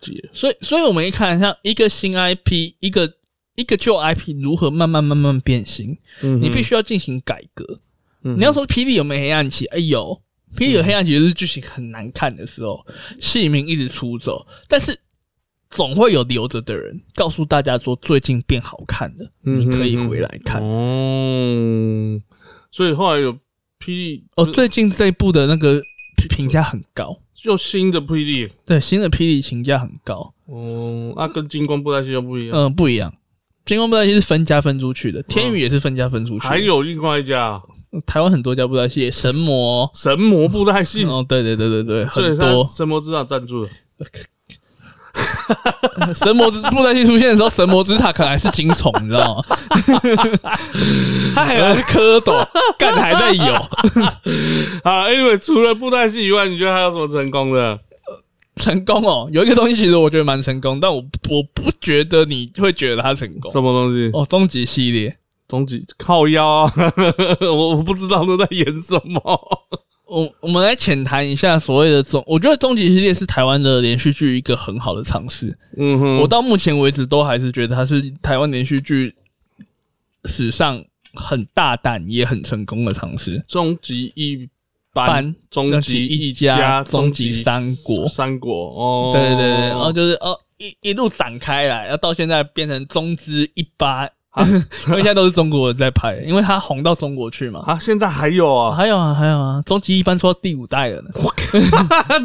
A: 解，
B: 所以，所以我们一看，像一个新 IP，一个一个旧 IP 如何慢慢慢慢变形，
A: 嗯哼
B: 你必须要进行改革。
A: 嗯哼
B: 你要说霹雳有没有黑暗期？哎、有，霹雳有黑暗期就是剧情很难看的时候，
A: 嗯
B: 戏名一直出走，但是总会有留着的人告诉大家说最近变好看了，
A: 嗯哼
B: 你可以回来看。
A: 哦，所以后来有霹雳
B: 哦，最近这一部的那个评评价很高，
A: 就新的霹雳，
B: 对新的霹雳评价很高，
A: 哦，那、跟金光布袋戏又不一样。
B: 嗯、不一样。天空布袋戏是分家分出去的，天宇也是分家分出去的。
A: 嗯还有另外一家
B: 台湾很多家布袋戏，神魔，
A: 神魔布袋戏，
B: 哦，对对对对对，
A: 所以
B: 很
A: 他
B: 多
A: 神魔之塔赞助的，
B: 神魔之布袋戏出现的时候，神魔之塔可能还是金虫，你知道吗？他还有蝌蚪，干还在有
A: 啊，Anyway，除了布袋戏以外，你觉得还有什么成功的？
B: 成功哦。有一个东西其实我觉得蛮成功，但我我不觉得你会觉得它成功
A: 什么东西？
B: 哦。终极系列，
A: 终极靠腰啊！ 我我不知道都在演什么。
B: 我我们来浅谈一下所谓的终，我觉得终极系列是台湾的连续剧一个很好的尝试。
A: 嗯哼，
B: 我到目前为止都还是觉得它是台湾连续剧史上很大胆也很成功的尝试。
A: 终极一
B: 班
A: 班、终极一家、
B: 终极三国
A: 三国哦，
B: 对对对，对然后就是哦一一路展开来，然后到现在变成中资一八，
A: 啊
B: 因为现在都是中国人在拍，因为它红到中国去嘛。
A: 啊，现在还有 啊，
B: 还有啊，还有啊，终极一班出到第五代了呢。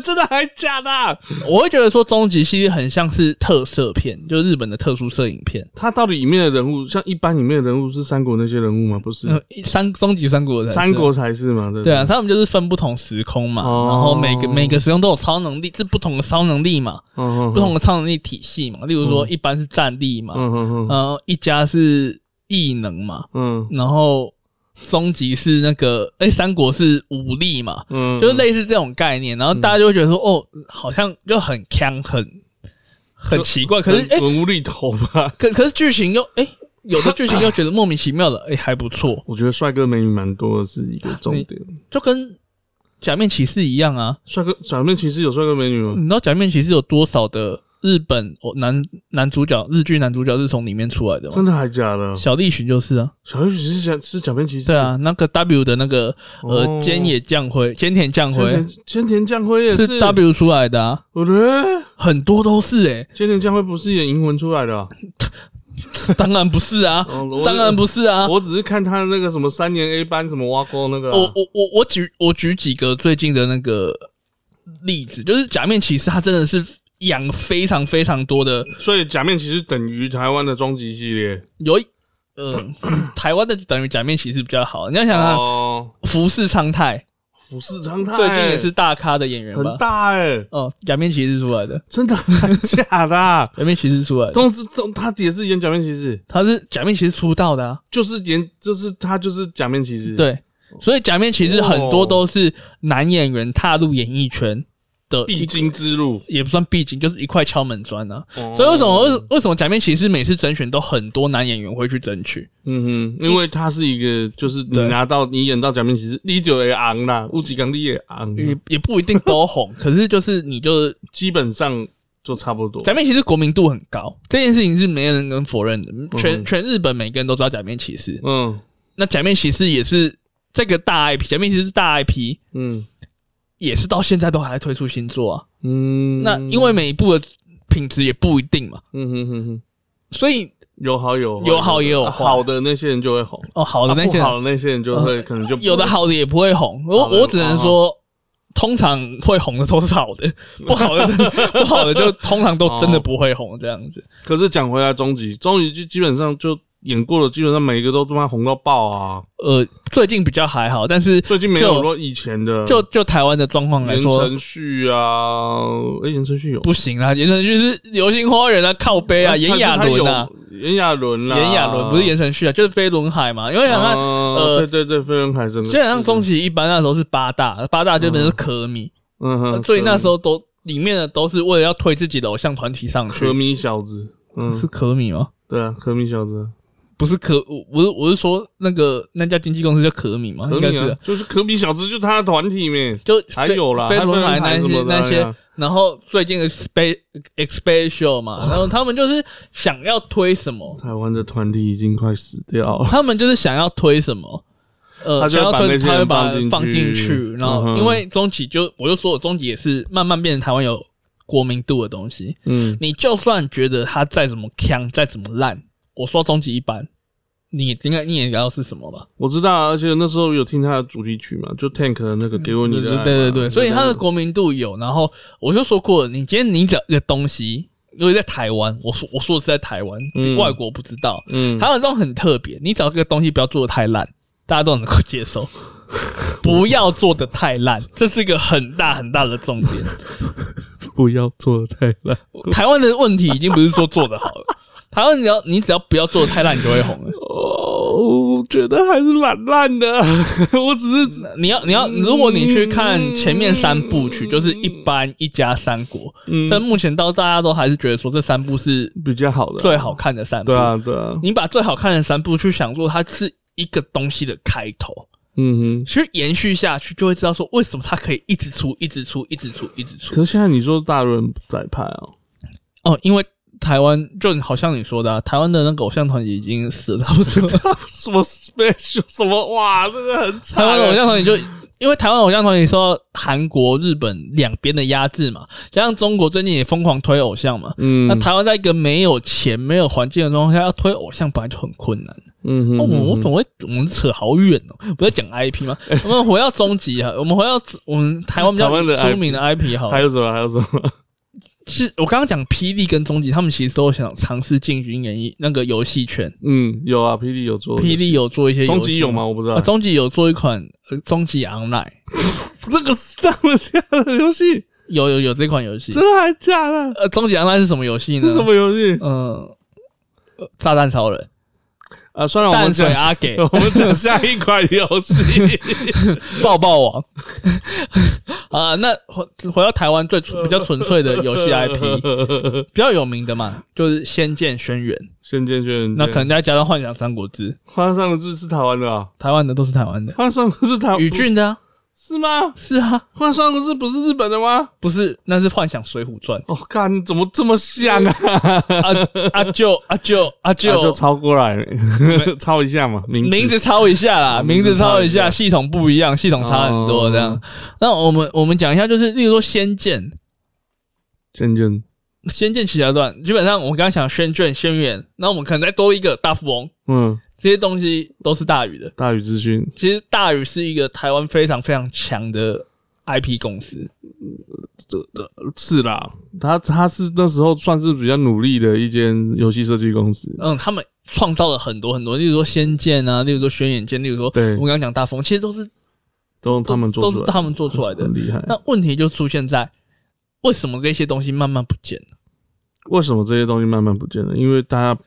A: 真的还假的？
B: 我会觉得说，终极系列很像是特色片，就是日本的特殊摄影片。
A: 他到底里面的人物，像一般里面的人物是三国那些人物吗？不是，
B: 呃一三终极三国的才是啊
A: 嗯三国才是嘛？对不
B: 对啊，他们就是分不同时空嘛，
A: 哦
B: 然后每个每个时空都有超能力，是不同的超能力嘛，
A: 嗯，
B: 不同的超能力体系嘛。例如说，一般是战力嘛，
A: 嗯，嗯嗯嗯
B: 然后一家是异能嘛，
A: 嗯
B: 然后终极是那个，哎、三国是武力嘛，
A: 嗯，
B: 就是类似这种概念，然后大家就会觉得说，哦，好像就很强，很很奇怪，可是哎、诶
A: 文无厘头 吧？
B: 可可是剧情又哎、有的剧情又觉得莫名其妙的，哎、还不错，
A: 我觉得帅哥美女蛮多的是一个重点。
B: 就跟假面骑士一样啊，
A: 帅哥假面骑士有帅哥美女吗？
B: 你知道假面骑士有多少的日本哦男男主角日剧男主角是从里面出来的吗？
A: 真的还假的？
B: 啊小栗旬就是啊，
A: 小黑骑士假是假面骑士？
B: 对，啊，那个 W 的那个呃
A: 哦
B: 菅野将晖、菅田将
A: 千
B: 晖
A: 田千田将辉也
B: 是 W 出来的啊，
A: 我觉得
B: 很多都是欸诶、
A: 千田将辉不是演银魂出来的啊、
B: 当然不是啊，
A: 哦我
B: 当然不是啊。
A: 我只是看他那个什么三年 A 班什么挖沟那个啊、
B: 我我我我举我举几个最近的那个例子，就是假面骑士，它真的是养非常非常多的
A: 所以假面骑士等于台湾的终极系 列。
B: 有一。 呃，台湾的就等于假面骑士比较好。你要想想看，
A: 哦，
B: 服饰常态
A: 俯视常态
B: 最近也是大咖的演员吧
A: 很？大哎、
B: 哦，假面骑士出来的，
A: 真的很假的、 啊。
B: 假面骑士出来的，
A: 总之，总他也是演假面骑士，
B: 他是假面骑士出道的啊。
A: 就是演，就是他就是哦假面骑士。，
B: 对，所以假面骑士很多都是男演员踏入演艺圈的
A: 必
B: 一，
A: 经之路。
B: 也不算必经，就是一块敲门砖啊。
A: 所
B: 所以为什么为为什么假面骑士每次甄选都很多男演员会去争取？
A: 嗯哼，因为他是一个，就是你
B: 对
A: 拿到你演到假面骑士，你就会昂啦，乌吉刚你也昂，啊
B: 也也不一定都 红，可是就是你就是
A: 基本上就差不多。
B: 假面骑士国民度很高，这件事情是没人能否认的，全
A: 嗯
B: 全日本每个人都知道假面骑士。
A: 嗯
B: 那假面骑士也是这个大 IP，假面骑士是大 IP，
A: 嗯
B: 也是到现在都还在推出新作啊。
A: 嗯，
B: 那因为每一部的品质也不一定嘛，
A: 嗯哼哼哼，
B: 所以
A: 有好有坏
B: 有好也有坏
A: 啊好的那些人就会红，
B: 哦，好的
A: 啊
B: 那些
A: 不
B: 人、
A: 好的那些人就会可能就不
B: 有的好的也不会红，我
A: 好的
B: 我只能说。通常会红的都是好 的，不好的不好的就通常都真的不会红这样子。
A: 可是讲回来，终极终极就基本上就演过的，基本上每一个都他妈红到爆啊！
B: 呃，最近比较还好，但是
A: 最近没有很多以前的，
B: 就就台湾的状况来
A: 言
B: 说，
A: 承旭啊，诶，言承旭有
B: 不行啊，言承旭是《流星花园》啊，靠背啊，炎亚纶啊，，
A: 嗯但是他有炎亚纶啦，
B: 炎亚纶不是言承旭啊，就是飞轮海嘛。因为想看，
A: 啊
B: 呃
A: 对对对，飞轮海什么？
B: 虽然像终极一般那时候是八大，八大就变成是可米，
A: 嗯哼，
B: 所以那时
A: 候
B: 候都里面的都是为了要推自己的偶像团体上去
A: 可。米小子，嗯
B: 是，可米吗？
A: 对啊，可米小子，
B: 不是可，我我是我是说那个那家经纪公司叫可米吗？
A: 可
B: 应该
A: 米啊
B: 是啊，
A: 就是可米小子，就是他的团体咩？
B: 就
A: 还
B: 飞
A: 有啦，
B: 飞
A: 还
B: 轮海那
A: 什
B: 些
A: 么的
B: 那
A: 哎
B: 些
A: 呀，
B: 然后最近的 space special 嘛，然后他们就是想要推什么，
A: 台湾的团体已经快死掉了。
B: 他们就是想要推什么。呃，
A: 他就
B: 想
A: 会
B: 要
A: 把
B: 推，
A: 那些
B: 他会
A: 人
B: 把
A: 放进
B: 放进
A: 去
B: 去，然后
A: 嗯哼
B: 因为终极就我就说，我终极也是慢慢变成台湾有国民度的东西。
A: 嗯，
B: 你就算觉得他再怎么强，再怎么烂，我说终极一般，你也应该你也知道是什么吧？
A: 我知道啊，而且那时候有听他的主题曲嘛，就 Tank 的那个给我你
B: 嗯对
A: 的爱嘛，
B: 对对对，所以他的
A: 对
B: 国民度有。然后我就说过，你今天你讲一个东西，因为在台湾，我说我说的是在台湾，
A: 嗯
B: 外国不知道。
A: 嗯，
B: 还有这种很特别，你找这个东西不要做的太烂，大家都能够 接受。不要做的太烂，这是一个很大很大的重 点。
A: 不要做的太烂。
B: 台湾的问题已经不是说做的好 了，台湾只要你只要不要做的太烂，你就会红了。
A: 哦，我觉得还是蛮烂的。 我只是
B: 你要你要，如果你去看前面三部曲，就是一般一家三国，但目前到大家都还是觉得说这三部是
A: 嗯比较好的啊，
B: 最好看的三部。
A: 对啊，对啊，
B: 你把最好看的三部去想做它是一个东西的开头，
A: 嗯哼。
B: 其实延续下去就会知道说为什么它可以一直出、一直出、一直出、一直出。
A: 可是现在你说大陆人不在拍啊，
B: 哦，因为台湾就好像你说的、啊，台湾的那个偶像团体已经死了差不多了。
A: 什么 special 什么哇，这个很
B: 台
A: 惨
B: 湾的偶
A: 欸。
B: 像团体 就因为台湾偶像团体受到韩国、日本两边的压制嘛，加上中国最近也疯狂推偶像嘛。
A: 嗯，
B: 那台湾在一个没有钱、没有环境的状况下，要推偶像本来就很困难。
A: 嗯哼，
B: 哦，我
A: 嗯
B: 我
A: 哼
B: 总会我们扯好远哦，不是讲 IP 吗？我们回到终极啊，我们回到我们台湾比较
A: 台湾的
B: 出名的 IP 好了
A: 还有什么？还有什么？
B: 是我刚刚讲霹雳跟终极，他们其实都想尝试进军演艺那个游戏圈。
A: 嗯，有啊，霹雳有做，
B: 霹雳有做一些游戏
A: 终极有吗？？我不知
B: 啊，
A: 道。
B: 终极有做一款呃终极 Online，
A: 那个上了架的游戏，
B: 有有有这款游戏
A: 真。的还假的？
B: 呃，终极 Online 是什么游戏呢？
A: 是什？么游戏
B: 嗯、呃，炸弹超人、
A: 啊？算了，我
B: 淡
A: 们
B: 水
A: 讲，
B: 阿给、
A: 我们讲下一款游 戏。
B: 抱抱王 啊、那回回到台湾最纯比较纯粹的游戏 IP，比较有名的嘛，就是《仙剑轩辕》，
A: 仙剑轩辕剑，
B: 那可能再加上《幻想三国志》，
A: 花上的字是台湾的啊，
B: 台湾的都是台湾的，
A: 花上的字台
B: 宇俊的、啊、
A: 是吗？
B: 是啊，
A: 花上的字不是日本的吗？
B: 不是，那是《幻想水浒传》
A: 哦，看你怎么这么像啊？
B: 啊啊就啊就啊
A: 那 就
B: 就
A: 抄过来， 抄一下嘛，名
B: 名字抄一下
A: 哦
B: 啦，啊名字抄一
A: 名字抄
B: 下，
A: 一下
B: 系统不一样，系统差很多这样
A: 哦。
B: 那我们我们讲一下，就是例如说《仙剑》，《
A: 仙剑，
B: 仙剑奇侠传》，基本上我刚刚讲《轩辕》《轩辕》，那我们可能再多一个大富翁，
A: 嗯，
B: 这些东西都是大宇的。
A: 大禹之君，
B: 其实大宇是一个台湾非常非常强的 IP 公司，
A: 是啦，他他是那时候算是比较努力的一间游戏设计公司，
B: 嗯，他们创造了很多很多，例如说《仙剑》啊，例如说《轩辕剑》，例如说
A: 对
B: 我们刚刚讲大风，其实都是
A: 都是他们做
B: 都
A: 出
B: 是
A: 来的，
B: 他们做出来的
A: 很。厉害。
B: 那问题就出现在为什么这些东西慢慢不见了？
A: 为什么这些东西慢慢不见了？因为大家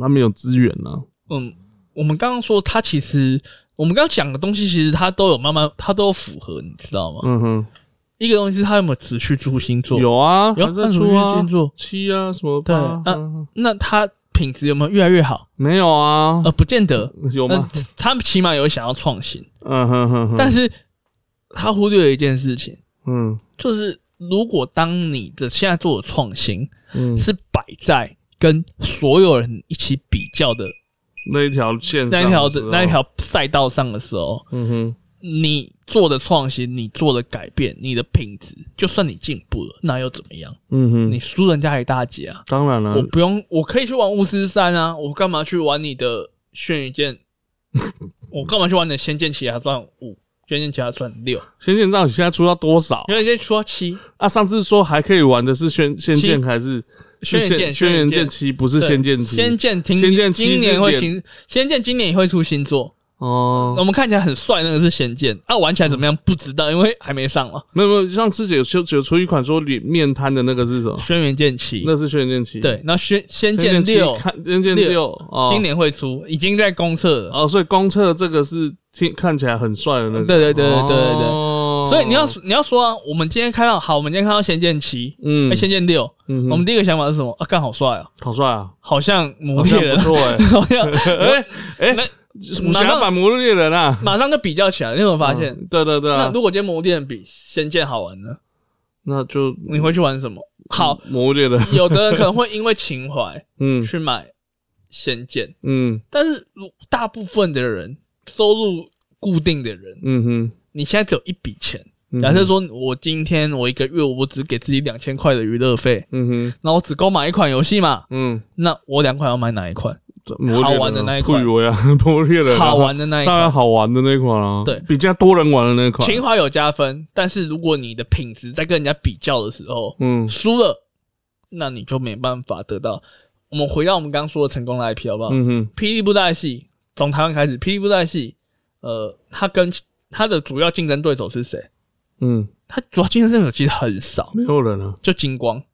A: 他没有资源啊。
B: 嗯，我们刚刚说它其实我们刚刚讲的东西，其实它都有慢慢它都有符合，你知道吗？
A: 嗯哼，
B: 一个东西它有没有持续出新作？。
A: 有啊，
B: 有
A: 还在出
B: 还有
A: 啊
B: 新，作，
A: 七啊什么八啊
B: 对
A: 嗯
B: 那它品质有没有越来越好？
A: 没有啊
B: 呃，，不见得。
A: 有
B: 那
A: 吗？
B: 他们起码有想要创新，
A: 嗯哼哼哼，
B: 但是他忽略了一件事情，
A: 嗯
B: 就是如果当你的现在做的创新
A: 嗯，
B: 是摆在跟所有人一起比较的
A: 那一条线上哦
B: 那一条
A: 的时候
B: 那一，条赛道上的时候，
A: 嗯哼，
B: 你做的创新，你做的改变，你的品质，就算你进步了，那又怎么样？
A: 嗯
B: 你
A: 哼，
B: 输人家一大截啊！
A: 当然了
B: 我，不用，我可以去玩巫师三啊，我干嘛去玩你的轩 辕剑？我干嘛去玩你的仙剑奇侠传五？仙剑奇侠传六，
A: 仙剑到底现在出到多少？
B: 轩辕剑出到七，
A: 啊，上次说还可以玩的是仙仙剑还是
B: 轩辕
A: 是
B: 剑
A: 轩辕剑七，不是
B: 对
A: 仙剑七？
B: 仙剑听
A: 仙剑七
B: 今年
A: 是
B: 会
A: 连
B: 新，仙剑今年也会出新作。我
A: 哦，
B: 们看起来很帅，那个是仙剑，啊，玩起来怎么样不知道，因为还没上嘛。
A: 没有没有，上次有出有出一款说脸面瘫的那个是什么？
B: 轩辕剑七，
A: 哦那是轩辕剑七，，
B: 对，那轩仙
A: 仙
B: 剑
A: 剑七
B: 六
A: 看仙剑
B: 六
A: 六哦，
B: 今年会出，已经在公测了。
A: 哦，所以公测这个是听看起来很帅的那个，哦
B: 对对对对对对对
A: 对
B: 所以你要你要说啊，我们今天看到好，我们今天看到仙剑七，
A: 嗯
B: 哎，，仙剑六，
A: 嗯哼
B: 我们第一个想法是什么？啊，干好帅啊，
A: 好帅啊，
B: 好像
A: 好
B: 魔
A: 像
B: 猎人
A: 不，错 哎，
B: 好像
A: 哎哎
B: 那，
A: 武侠版魔猎人啊，
B: 马上就比较起来，你有没有发现？
A: 嗯对对对
B: 那
A: 啊，
B: 如果今天魔猎人比仙剑好玩呢？
A: 那就
B: 你会去玩什么？好，
A: 魔猎人，
B: 有的人可能会因为情怀
A: 嗯
B: 去买《仙剑》，
A: 嗯
B: 但是如大部分的人收入固定的人，
A: 嗯哼
B: 你现在只有一笔钱。
A: 嗯哼，
B: 假设说我今天我一个月我只给自己两千块的娱乐费，
A: 嗯哼。
B: 那我只购买一款游戏嘛，
A: 嗯，
B: 那我两款要买哪一款？
A: 魔猎
B: 好
A: 人
B: 玩的
A: 啊
B: 那一
A: 不
B: 款
A: 以为啊，魔猎人啊
B: 好玩的那一
A: 当然
B: 款。
A: 好玩的那一款啊，
B: 对
A: 比较多人玩的那一款，啊
B: 情怀有加分，但是如果你的品质在跟人家比较的时候
A: 嗯
B: 输了，那你就没办法得到。我们回到我们刚刚说的成功的 IP 好不好？
A: 嗯哼，
B: 霹雳布袋戏从台湾开始，霹雳布袋戏，呃，它跟它的主要竞争对手是谁？
A: 嗯，
B: 它主要竞争对手其实很少，
A: 没有人啊，
B: 就金光，嗯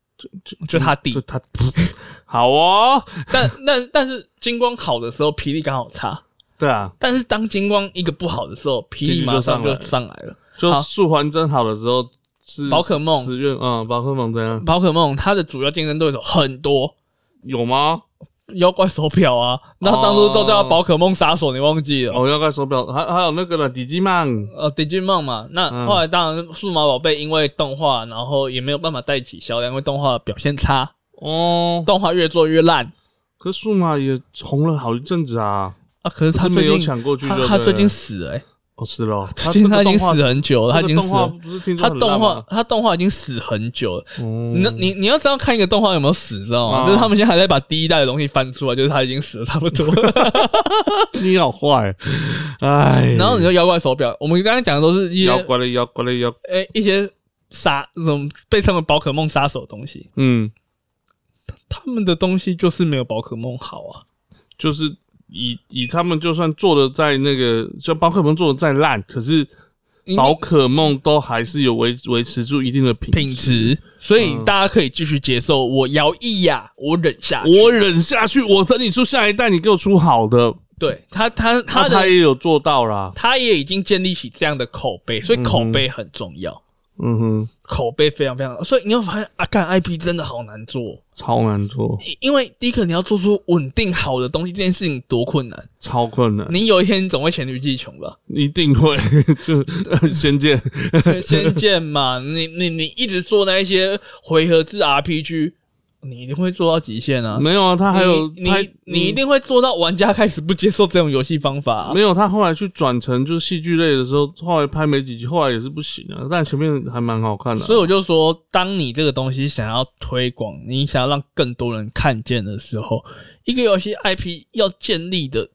B: 就他弟
A: 就。他 好哦，
B: 但但但是金光好的时候，霹雳刚好差。
A: 对啊，
B: 但是当金光一个不好的时候，霹雳马上就上来了。
A: 就
B: 好
A: 素还真好的时候是
B: 宝可梦
A: 十月，嗯，宝可梦怎样？
B: 宝可梦它的主要竞争对手很多，
A: 有吗？
B: 妖怪手表啊，那当初都叫它宝可梦杀手，你忘记了？
A: 哦，要盖手表，还还有那个了，底基曼，
B: 呃，Digimon 嘛，那
A: 嗯
B: 后来当然数码宝贝因为动画，然后也没有办法带起销量，因为动画表现差，
A: 哦，
B: 动画越做越烂
A: 可数码也红了好一阵子啊，
B: 啊。可是
A: 可是
B: 他
A: 没
B: 最
A: 有
B: 近
A: 抢过去就
B: 他
A: 对了，
B: 他最近死了、欸，
A: 哦死了哦，
B: 最近他已经死
A: 了，
B: 很久了，他
A: 他
B: 已经死了。
A: 不是听说
B: 他
A: 很烂
B: 动
A: 吗
B: 画，他动画已经死很久了。
A: 哦
B: 你你你要知道看一个动画有没有死，知道吗？
A: 啊
B: 就是他们现在还在把第一代的东西翻 出来，就是他已经死了差不多。
A: 你好坏，哎，
B: 然后你说妖怪手表，我们刚刚讲的都是一些
A: 妖怪嘞，妖怪嘞，妖，
B: 诶、一些杀那种被称为宝可梦杀手的东西，
A: 嗯，
B: 他们的东西就是没有宝可梦好啊。
A: 就是以以他们就算做的再那个，就宝可梦做的再烂，可是
B: 因为
A: 宝可梦都还是有维维持住一定的品
B: 品质，所以
A: 嗯
B: 大家可以继续接受。我摇一呀，我忍下去。
A: 我忍下去，我等你出下一代，你给我出好的。
B: 对他，他他
A: 那
B: 的
A: 他也有做到啦，
B: 他也已经建立起这样的口碑，所以口碑很重要，
A: 嗯哼，
B: 口碑非常非常。所以你会发现啊，干 IP 真的好难做，
A: 超难做，
B: 因因为第一个你要做出稳定好的东西，这件事情多困难。
A: 超困难，
B: 你有一天你总会黔驴技 穷吧？
A: 一定会就呃仙剑，
B: 仙剑嘛，你你你一直做那一些回合制 RPG，你一定会做到极限啊。
A: 没有啊，他还有
B: 你
A: 拍
B: 你你一定会做到玩家开始不接受这种游戏方法啊、
A: 嗯没有，他后来去转成就是戏剧类的时候，后来拍没几集，后来也是不行啊。但前面还蛮好看的啊、
B: 所以我就说，当你这个东西想要推广，你想要让更多人看见的时候，一个游戏 IP 要建立的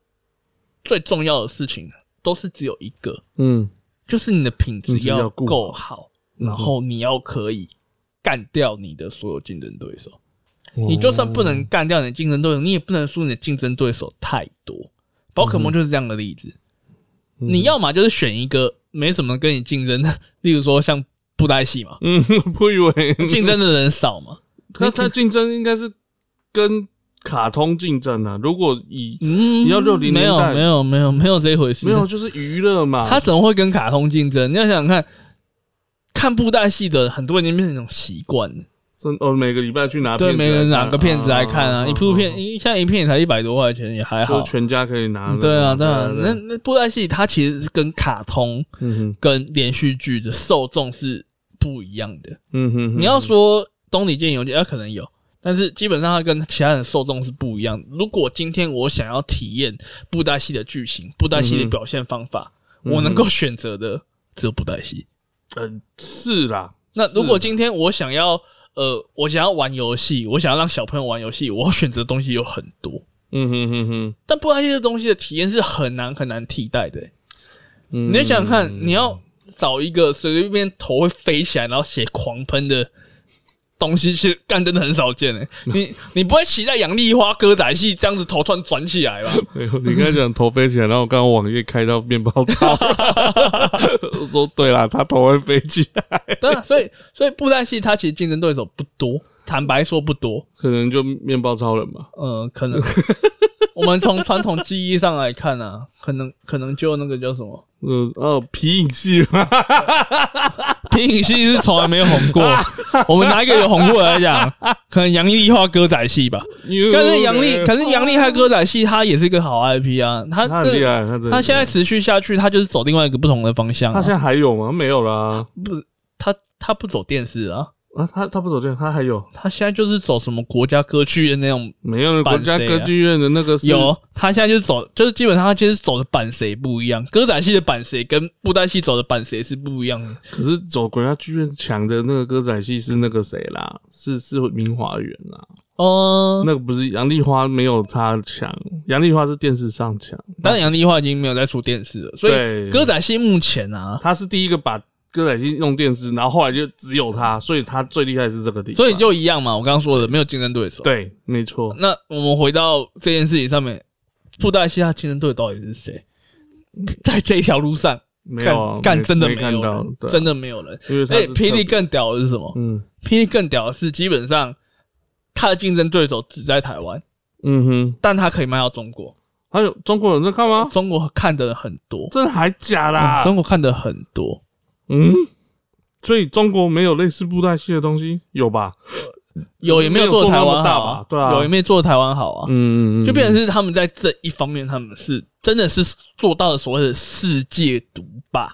B: 最重要的事情，都是只有一个，
A: 嗯，
B: 就是你的品质
A: 品质要顾好
B: 够好，然后你要可以干掉你的所有竞争对手。
A: 嗯
B: 你就算不能干掉你的竞争对手，你也不能输你的竞争对手太多。宝可梦就是这样的例子，
A: 嗯
B: 你要么就是选一个没什么跟你竞争的，例如说像布袋戏嘛，
A: 嗯， 不以为
B: 竞争的人少嘛，
A: 他他竞争应该是跟卡通竞争啊。如果以你
B: 嗯，
A: 要60年
B: 没有
A: 代
B: 没有没有没有这回事，
A: 没有就是娱乐嘛，
B: 他怎么会跟卡通竞争？你要想想看，看布袋戏的很多已经变成一种习惯了，
A: 真哦每个礼拜去拿
B: 对，
A: 片子
B: 每个人
A: 来
B: 哪个片子来看啊？一部片
A: 啊
B: 一像一片也才一百多块钱，也还好
A: 就。全家可以拿的。
B: 对啊，对啊，那
A: 对
B: 那布袋戏它其实是跟卡通、
A: 嗯哼
B: 跟连续剧的受众是不一样的。
A: 嗯哼，
B: 你要说东里剑游记，它可能有，但是基本上它跟其他人的受众是不一样的。如果今天我想要体验布袋戏的剧情、布袋戏
A: 嗯
B: 的
A: 哼
B: 表现方法，
A: 嗯哼
B: 我能够选择的只有布袋戏。
A: 嗯是啦。
B: 那
A: 是啊
B: 如果
A: 啦
B: 今天我想要，呃，我想要玩游戏，我想要让小朋友玩游戏，我选择的东西有很多，
A: 嗯哼哼哼，
B: 但布袋戏这东西的体验是很难很难替代的、欸
A: 你
B: 你要想想看，你要找一个随随便便头会飞起来，然后血狂喷的东西，其实干真的很少见诶、欸你你不会期待杨丽花歌仔戏这样子头突然转起来吧？
A: 哎呦，你刚才讲头飞起来，然后我刚刚网页开到面包超， 我说对啦，他头会飞起来，
B: 对啊，所以所以布袋戏它其实竞争对手不多，坦白说不多。
A: 可能就面包超人吧。
B: 呃，可能我们从传统技艺上来看啊，可能可能就那个叫什么
A: 呃哦，皮影戏嘛，
B: 皮影戏是从来没有红过。我们拿一个有红过的来讲，可能杨丽花歌仔戏吧。但
A: 但
B: 是杨丽，可是杨丽和歌仔戏，它也是一个好 IP 啊。它
A: 哎他很厉害，他真的
B: 它现在持续下去，它就是走另外一个不同的方向、
A: 他
B: 啊。
A: 现在还有吗？没有啦。
B: 它它不走电视啊，
A: 啊，他他不走这，他还有
B: 它现在就是走什么国家歌剧院那种。
A: 没有国家
B: 版谁啊
A: 歌剧院的那个是
B: 有，它现在就是走，就是基本上它其实走的版谁不一样，歌仔戏的版谁跟布袋戏走的版谁是不一样的。
A: 可是走国家剧院抢的那个歌仔戏是那个谁啦？是是明华园啦，
B: 哦、
A: 那个不是杨丽花没有他强，杨丽花是电视上强，
B: 当然杨丽花已经没有在出电视了，所以
A: 对
B: 歌仔戏目前啊，
A: 他是第一个把哥仔已经用电视，然后后来就只有他，所以他最厉害是这个地方。
B: 所以就一样嘛，我刚刚说的没有竞争对手。，
A: 对，没错，
B: 那我们回到这件事情上面，布袋戏它竞争对手到底是谁？
A: 嗯
B: 在这一条路上，
A: 没有啊
B: 干干真的
A: 没
B: 没
A: 看
B: 有
A: 到
B: 人，，
A: 对啊
B: 真，的没有人。
A: 因为他
B: 哎，
A: 是
B: 霹雳
A: 特别，
B: 更屌的是什么？
A: 嗯
B: 霹雳更屌的是，基本上他的竞争对手只在台湾，
A: 嗯哼，
B: 但他可以卖到中国。
A: 还有中国人在看吗？
B: 中国看的人很多，
A: 真的还假啦
B: 嗯？中国看的很多，
A: 嗯，所以中国没有类似布袋戏的东西，有吧？
B: 有也没有做
A: 没
B: 台湾
A: 有做那么大
B: 好
A: 吧对啊
B: 有也没有做台湾好啊，
A: 嗯，嗯嗯
B: 就变成是他们在这一方面，他们是真的是做到了所谓的世界独霸，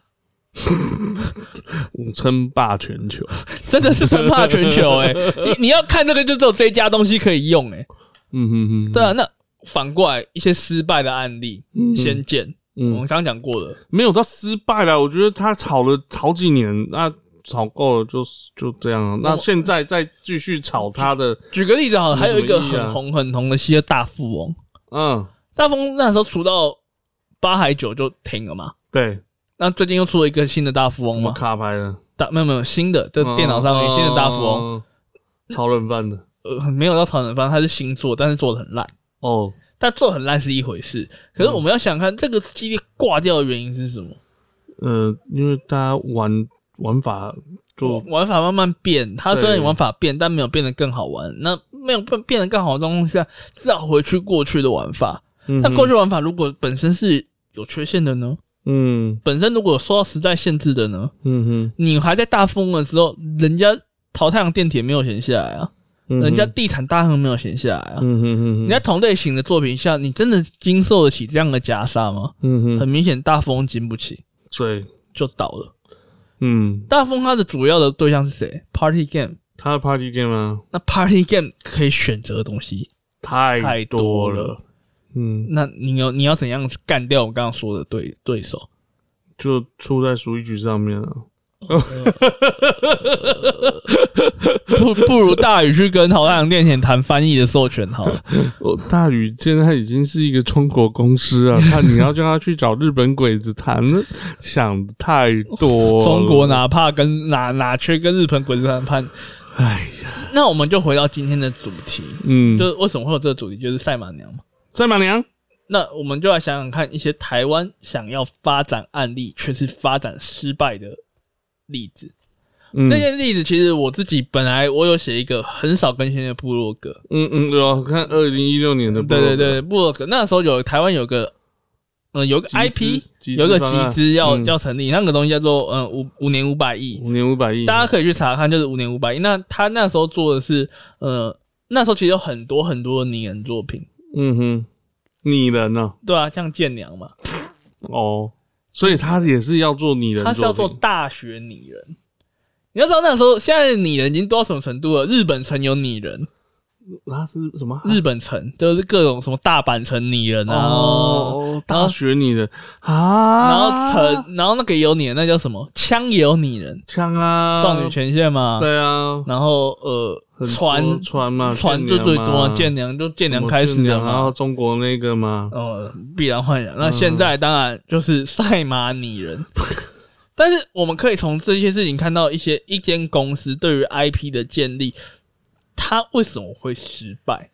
A: 嗯称霸全球。
B: 真的是称霸全球哎、你你要看这个，就只有这一家东西可以用哎、
A: 嗯哼哼，
B: 对啊，那反过来一些失败的案例，
A: 嗯
B: 先见，
A: 嗯
B: 我们刚刚讲过了，
A: 没有到失败啦，我觉得他吵了好几年，那吵够了就是就这样了。那现在再继续吵他的，
B: 举个例子好了，
A: 没
B: 还有一个
A: 什么意义啊
B: 很红很红的戏叫《大富翁》，
A: 嗯，
B: 大富翁那时候出到八海九就停了嘛。
A: 对，
B: 那最近又出了一个新的大富
A: 什
B: 翁
A: 么
B: 嘛？
A: 卡哦牌的，
B: 大没有没有新的，就电脑上面新的大富翁，
A: 嗯，超人饭的
B: 呃，没有到超人翻，它是新做，但是做的很烂。
A: 哦，
B: 但做的很烂是一回事，可
A: 嗯
B: 是我们要想看这个系列挂掉的原因是什么？
A: 呃，因为大家玩玩法就
B: 玩法慢慢变，它虽然
A: 对
B: 玩法变，但没有变得更好玩。那没有变变得更好的状况下，至少回去过去的玩法。那过
A: 去，
B: 去玩法如果本身是有缺陷的呢？
A: 嗯
B: 本身如果有受到时代限制的呢？
A: 嗯哼
B: 你还在大富翁的时候，人家淘太阳电铁没有闲下来啊，
A: 嗯哼，
B: 人家地产大亨没有闲下来啊。
A: 嗯哼哼，
B: 你在同类型的作品下，你真的经受得起这样的夹杀吗？
A: 嗯
B: 很
A: 哼，
B: 明显，大风经不起，
A: 对，
B: 就倒了。
A: 嗯，
B: 大风它的主要的对象是谁？Party Game。
A: 他的 party game 啊，
B: 那 Party Game 可以选择的东西，
A: 太
B: 太
A: 多
B: 多
A: 了
B: 了，
A: 嗯，
B: 那你有你要怎样干掉我刚刚说的对对手？
A: 就出在数一局上面啊了。
B: 不不如大宇去跟淘太阳电前谈翻译的授权好了。
A: 哦，大宇现在已经是一个中国公司 啊，看你要叫他去找日本鬼子谈，想得太多了。
B: 中国？哪怕跟哪哪缺跟日本鬼子谈判，
A: 哎，
B: 那我们就回到今天的主题，
A: 嗯，
B: 就是为什么会有这个主题，就是赛马娘嘛。
A: 赛马娘，
B: 那我们就来想想看，一些台湾想要发展案例却是发展失败的例子。
A: 嗯
B: 这件例子其实我自己本来我有写一个很少更新的部落格，
A: 嗯嗯，有看二零一六年的，
B: 对对，对，部落格那时候有台湾有个。嗯，有个 IP，有一个集资要、
A: 嗯
B: 要成立，那个东西叫做嗯五五年五百亿，
A: 五年五百亿，
B: 大家可以去查看，就是五年五百亿。那他那时候做的是，呃，那时候其实有很多很多的拟人作品，
A: 嗯哼，拟人呢、
B: 对啊，像剑娘嘛，
A: 哦，所以他也是要做拟人
B: 他
A: 品，
B: 是要做大学拟人。你要知道那时候，现在的拟人已经多到什么程度了？日本城有拟人，
A: 他是什么？
B: 日本城就是各种什么大阪城拟人啊，
A: 哦，
B: 然
A: 大
B: 后
A: 学拟人
B: 然
A: 啊，
B: 后城，然后那个也有拟人，那叫什么？枪也有拟人，
A: 枪啊，
B: 少女权限嘛，
A: 对啊，
B: 然后呃
A: 很多
B: 船
A: 船嘛，
B: 船
A: 舰
B: 就
A: 娘
B: 最多啊
A: 嘛，
B: 舰娘就舰娘开始的
A: 然后
B: 嘛。
A: 啊中国那个嘛，
B: 呃，必然幻想。
A: 嗯
B: 那现在当然就是赛马拟人， 但是我们可以从这些事情看到一些一间公司对于 IP 的建立，它为什么会失败？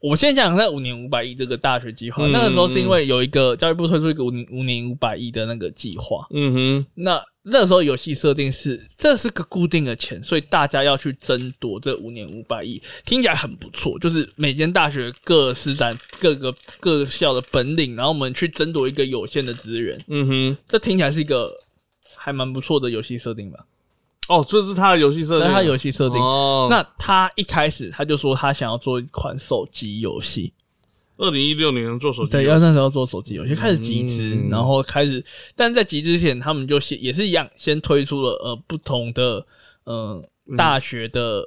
B: 我先讲在五年五百亿这个大学计划，
A: 嗯
B: 那个时候是因为有一个教育部推出一个五年五年五百亿的那个计划，
A: 嗯哼，
B: 那那时候游戏设定是这是个固定的钱，所以大家要去争夺这五年五百亿，听起来很不错。就是每间大学各施展各个各校的本领，然后我们去争夺一个有限的资源，
A: 嗯哼，
B: 这听起来是一个还蛮不错的游戏设定吧？
A: 哦，这是他的游戏设
B: 但
A: 定，啊
B: 是他游戏设定，
A: 哦，
B: 那他一开始他就说他想要做一款手机游戏，
A: 二零一六年做手机，
B: 对，要那时候做手机游戏，开始集资，
A: 嗯
B: 然后开始，但是在集资之前，他们就先也是一样，先推出了呃不同的呃
A: 嗯
B: 大学的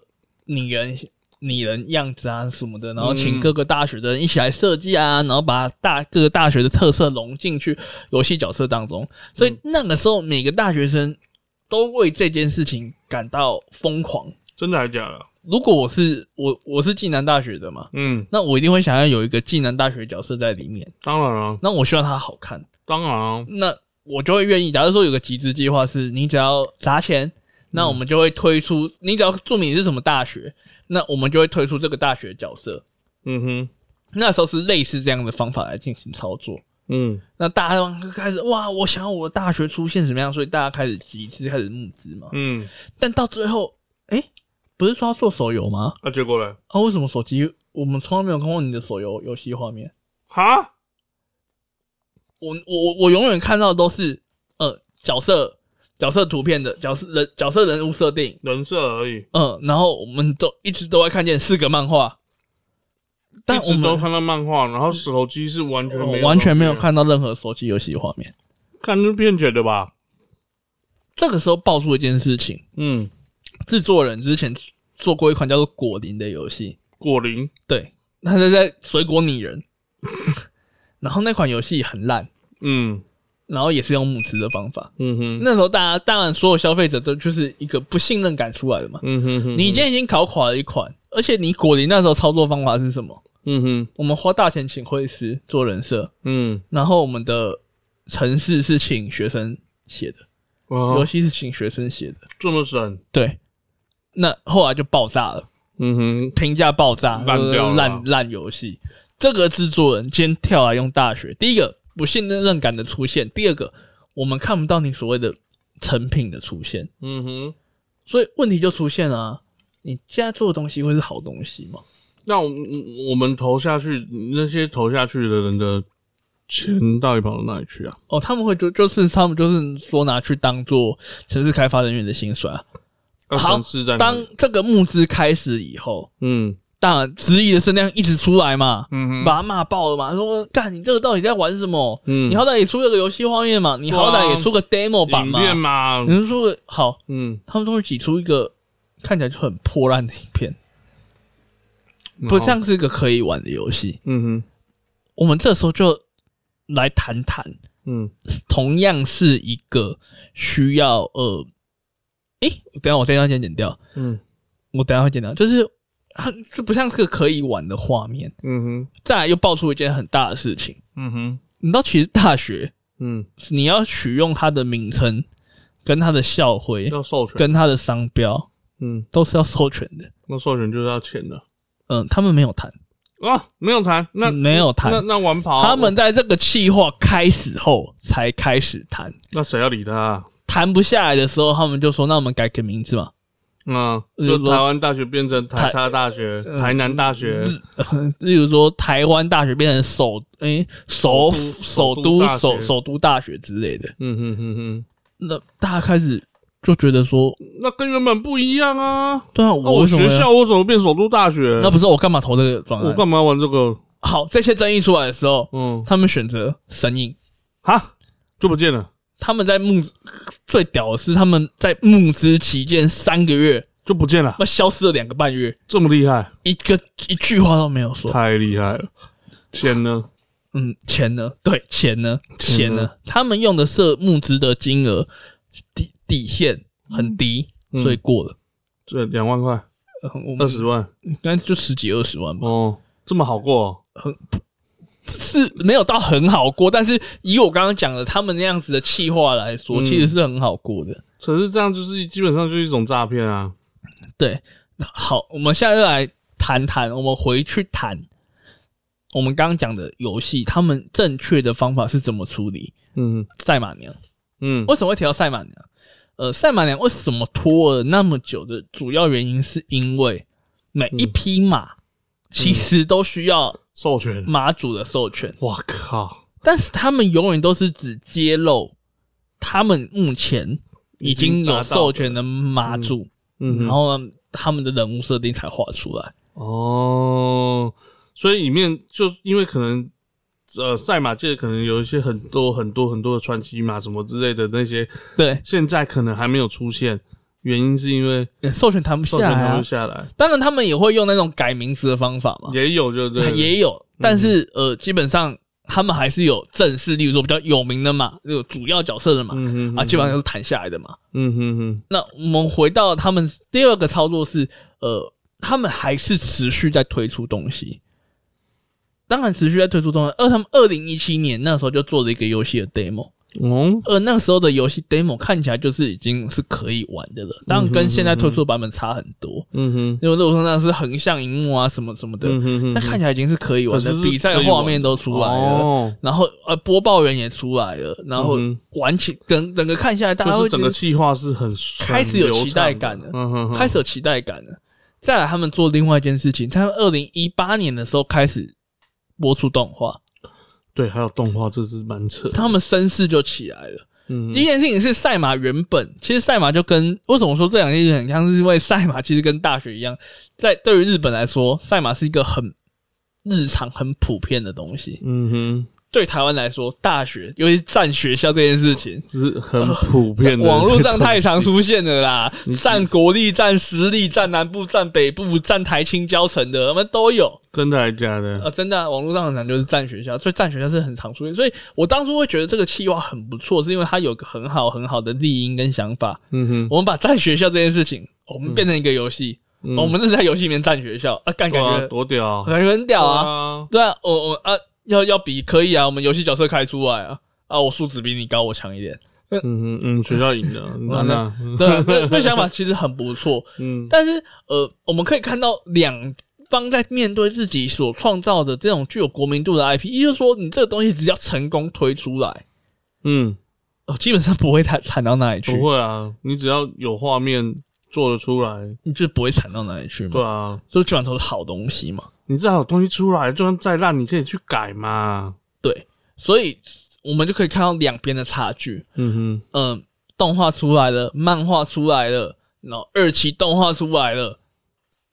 B: 拟人拟人样子啊什么的，然后
A: 嗯
B: 请各个大学的人一起来设计啊，然后把大各个大学的特色融进去游戏角色当中，所
A: 嗯
B: 以那个时候每个大学生都为这件事情感到疯狂。
A: 真的还假的？
B: 如果我是我我是暨南大学的嘛，
A: 嗯，
B: 那我一定会想要有一个暨南大学角色在里面。
A: 当然了，
B: 那我希望它好看。
A: 当然了，
B: 那我就会愿意。假如说有个集资计划，是你只要砸钱，那我们就会推出，你只要注明你是什么大学，那我们就会推出这个大学的角色。
A: 嗯哼，
B: 那时候是类似这样的方法来进行操作。
A: 嗯
B: 那大家就开始哇，我想要我的大学出现什么样，所以大家开始集资，开始募资嘛。
A: 嗯，
B: 但到最后，哎、不是说要做手游吗？
A: 那、结果嘞？
B: 啊，为什么手机我们从来没有看过你的手游游戏画面？
A: 哈，
B: 我我我永远看到的都是呃角色角色图片的角色人角色人物设定，
A: 人设而已，
B: 嗯、然后我们都一直都会看见四个漫画，但
A: 一
B: 我
A: 直
B: 们
A: 都看到漫画，然后手机是完全没有、啊
B: 呃完全没有，看到任何手机游戏画面。
A: 看是骗钱的吧？
B: 这个时候爆出一件事情，
A: 嗯，
B: 制作人之前做过一款叫做《果林》的游戏，
A: 果林，
B: 对，他是在水果拟人， 然后那款游戏很烂，
A: 嗯
B: 然后也是用募资的方法。
A: 嗯哼，
B: 那时候大家当然所有消费者都就是一个不信任感出来的嘛。
A: 嗯哼哼，
B: 你今天已经搞垮了一款，而且你果林那时候操作方法是什么？
A: 嗯哼，
B: 我们花大钱请会师做人设，
A: 嗯，
B: 然后我们的程式是请学生写的，游
A: 啊，
B: 戏是请学生写的，
A: 这么省，
B: 对。那后来就爆炸了，
A: 嗯哼，
B: 评价爆炸，
A: 烂掉了
B: 烂烂游戏。这个制作人今天跳来用大学，第一个不信任感的出现，第二个我们看不到你所谓的成品的出现，
A: 嗯哼，
B: 所以问题就出现了、啊：你现在做的东西会是好东西吗？
A: 那我我我们投下去，那些投下去的人的钱到底跑到哪里去啊？
B: 哦，他们会就就是他们就是说拿去当做城市开发人员的薪水啊。
A: 那
B: 好
A: 城市在哪
B: 当
A: 里，
B: 这个募资开始以后，
A: 嗯
B: 当然质疑的声量一直出来嘛，
A: 嗯哼，
B: 把他骂爆了嘛，说干你这个到底在玩什么？
A: 嗯
B: 你好歹也出了个游戏画面嘛，你好
A: 对啊
B: 歹也出个 demo 版
A: 影
B: 嘛，
A: 片嘛
B: 你，是说个好，
A: 嗯，
B: 他们终于挤出一个看起来就很破烂的影片，不
A: 然后
B: 像是一个可以玩的游戏。
A: 嗯哼，
B: 我们这时候就来谈谈
A: 嗯
B: 同样是一个需要呃，诶、等一下我这段先剪掉，
A: 嗯
B: 我等一下会剪掉，就是它这不像是个可以玩的画面。
A: 嗯哼，
B: 再来又爆出一件很大的事情，
A: 嗯哼，
B: 你知道，其实大学
A: 嗯，
B: 你要取用它的名称、跟它的校徽、
A: 要授权，
B: 跟它的商标，
A: 嗯，
B: 都是要授权的。
A: 那授权就是要钱的
B: 嗯，他们没有谈，
A: 啊，没有谈，那
B: 没有
A: 那
B: 谈。
A: 那玩跑，
B: 他们在这个计划开始后才开始谈，
A: 那谁要理他啊？
B: 谈不下来的时候，他们就说：“那我们改个名字嘛。”
A: 嗯，
B: 就
A: 就是
B: 说
A: 台湾大学变成台差大学、
B: 嗯
A: 台南大学，
B: 例如说台湾大学变成首诶、首府
A: 首
B: 首都
A: 都首都大学
B: 首首都大学之类的，
A: 嗯哼哼哼，
B: 那大家开始就觉得说，
A: 那跟原本不一样啊。
B: 对啊，
A: 那
B: 我
A: 我
B: 为什么
A: 学
B: 要
A: 校为什么变首都大学？
B: 那不是我干嘛投这个专
A: 我
B: 案？
A: 干嘛玩这个？
B: 好，这些争议出来的时候，
A: 嗯，
B: 他们选择神隐。
A: 哈，就不见了，
B: 他们在募资最屌的是他们在募资期间三个月，
A: 就不见了，
B: 那消失了两个半月，
A: 这么厉害，
B: 一个一句话都没有说。
A: 太厉害了。钱呢？
B: 嗯，钱呢？对，钱呢？
A: 钱
B: 钱
A: 呢
B: 呢？他们用的设募资的金额底底线很低，
A: 嗯
B: 所以过了。
A: 这两万块，
B: 呃我
A: 二
B: 们
A: 十万
B: 应该就十几二十万吧，
A: 哦，这么好过哦、
B: 是没有到很好过，但是以我刚刚讲的他们那样子的气话来说，
A: 嗯
B: 其实是很好过的。
A: 可是这样就是基本上就是一种诈骗啊。
B: 对，好，我们现在就来谈谈，我们回去谈我们刚刚讲的游戏，他们正确的方法是怎么处理
A: 嗯
B: 赛马娘？
A: 嗯
B: 为什么会提到赛马娘？呃，赛马娘为什么拖了那么久的主要原因，是因为每一匹
A: 嗯
B: 马其实都需要
A: 授权，
B: 马主的授权，
A: 我靠，
B: 但是他们永远都是只揭露他们目前已经有授权的马主，
A: 嗯哼
B: 然后呢他们的人物设定才画出来。
A: 哦，所以里面就因为可能呃赛马界可能有一些很多很多很多的传奇马什么之类的那些，
B: 对，
A: 现在可能还没有出现，原因是因为
B: 呃授权谈不下
A: 授权
B: 来、
A: 还
B: 啊
A: 没。下来，
B: 当然，他们也会用那种改名字的方法嘛，
A: 也有就对了，
B: 啊
A: 嗯
B: 也有，但是呃，基本上他们还是有正式，例如说比较有名的嘛，有主要角色的嘛，
A: 嗯哼
B: 啊，基
A: 就
B: 本上都是谈下来的嘛。
A: 嗯哼哼，
B: 那我们回到他们第二个操作是，呃，他们还是持续在推出东西。当然，持续在推出东西。而他们二零一七年那时候就做了一个游戏的 demo，
A: 哦，
B: 呃，那个时候的游戏 demo 看起来就是已经是可以玩的了，当然跟现在推出的版本差很多。
A: 嗯哼，
B: 因为如果说那是横向荧幕啊什么什么的，
A: 嗯哼哼
B: 但看起来已经是可以玩的
A: 可是，是
B: 比赛
A: 可以
B: 画
A: 玩
B: 面都出来了，
A: 哦，
B: 然后呃播报员也出来了，然后
A: 嗯
B: 玩起整整个看下来，大家
A: 就
B: 会
A: 是
B: 觉
A: 整
B: 得
A: 个计划是很
B: 开始有期待，
A: 很
B: 感
A: 流畅
B: 了
A: 的，嗯哼哼，
B: 开始有期待感了。再来，他们做另外一件事情，他们二零一八年的时候开始播出动画，
A: 对，还有动画，这是蛮扯，
B: 他们声势就起来了。
A: 嗯
B: 第一件事情是赛马原本，其实赛马就跟为什么说这两件事情很像，是因为赛马其实跟大学一样，在对于日本来说，赛马是一个很日常、很普遍的东西。
A: 嗯哼，
B: 对台湾来说，大学尤其是占学校这件事情，
A: 这是很普遍的，
B: 呃网络上太常，出现了啦
A: 你，是
B: 占国力、占实力、占南部、占北部、占台青教城的，我们都有。
A: 真的还假的？
B: 啊，真的啊、网络上很常就是占学校，所以占学校是很常出现。所以我当初会觉得这个企划很不错，是因为它有个很好很好的立因跟想法。
A: 嗯
B: 我们把占学校这件事情，我们变成一个游戏，
A: 哼，
B: 我们是在游戏里面占学校嗯啊，干
A: 嗯对
B: 感
A: 啊，
B: 觉
A: 多屌啊，
B: 感觉很屌啊，
A: 啊，
B: 对啊，我我啊要要比可以啊，我们游戏角色开出来啊，啊我素质比你高，我强 一点，
A: 嗯哼，嗯，学校赢 了，那那，
B: 对啊，那那想法其实很不错，
A: 嗯
B: 但是呃，我们可以看到两方在面对自己所创造的这种具有国民度的 IP，也就是说，你这个东西只要成功推出来，
A: 嗯，
B: 呃，基本上不会太惨到哪里去
A: 不，会啊，你只要有画面做得出来，
B: 你就不会惨到哪里去嘛。
A: 对，啊，
B: 所以基本上都是好东西嘛。
A: 你至少有东西出来，就算再烂，你可以去改嘛，
B: 对，所以我们就可以看到两边的差距。
A: 嗯哼，
B: 嗯、动画出来了，漫画出来了，然后二期动画出来了，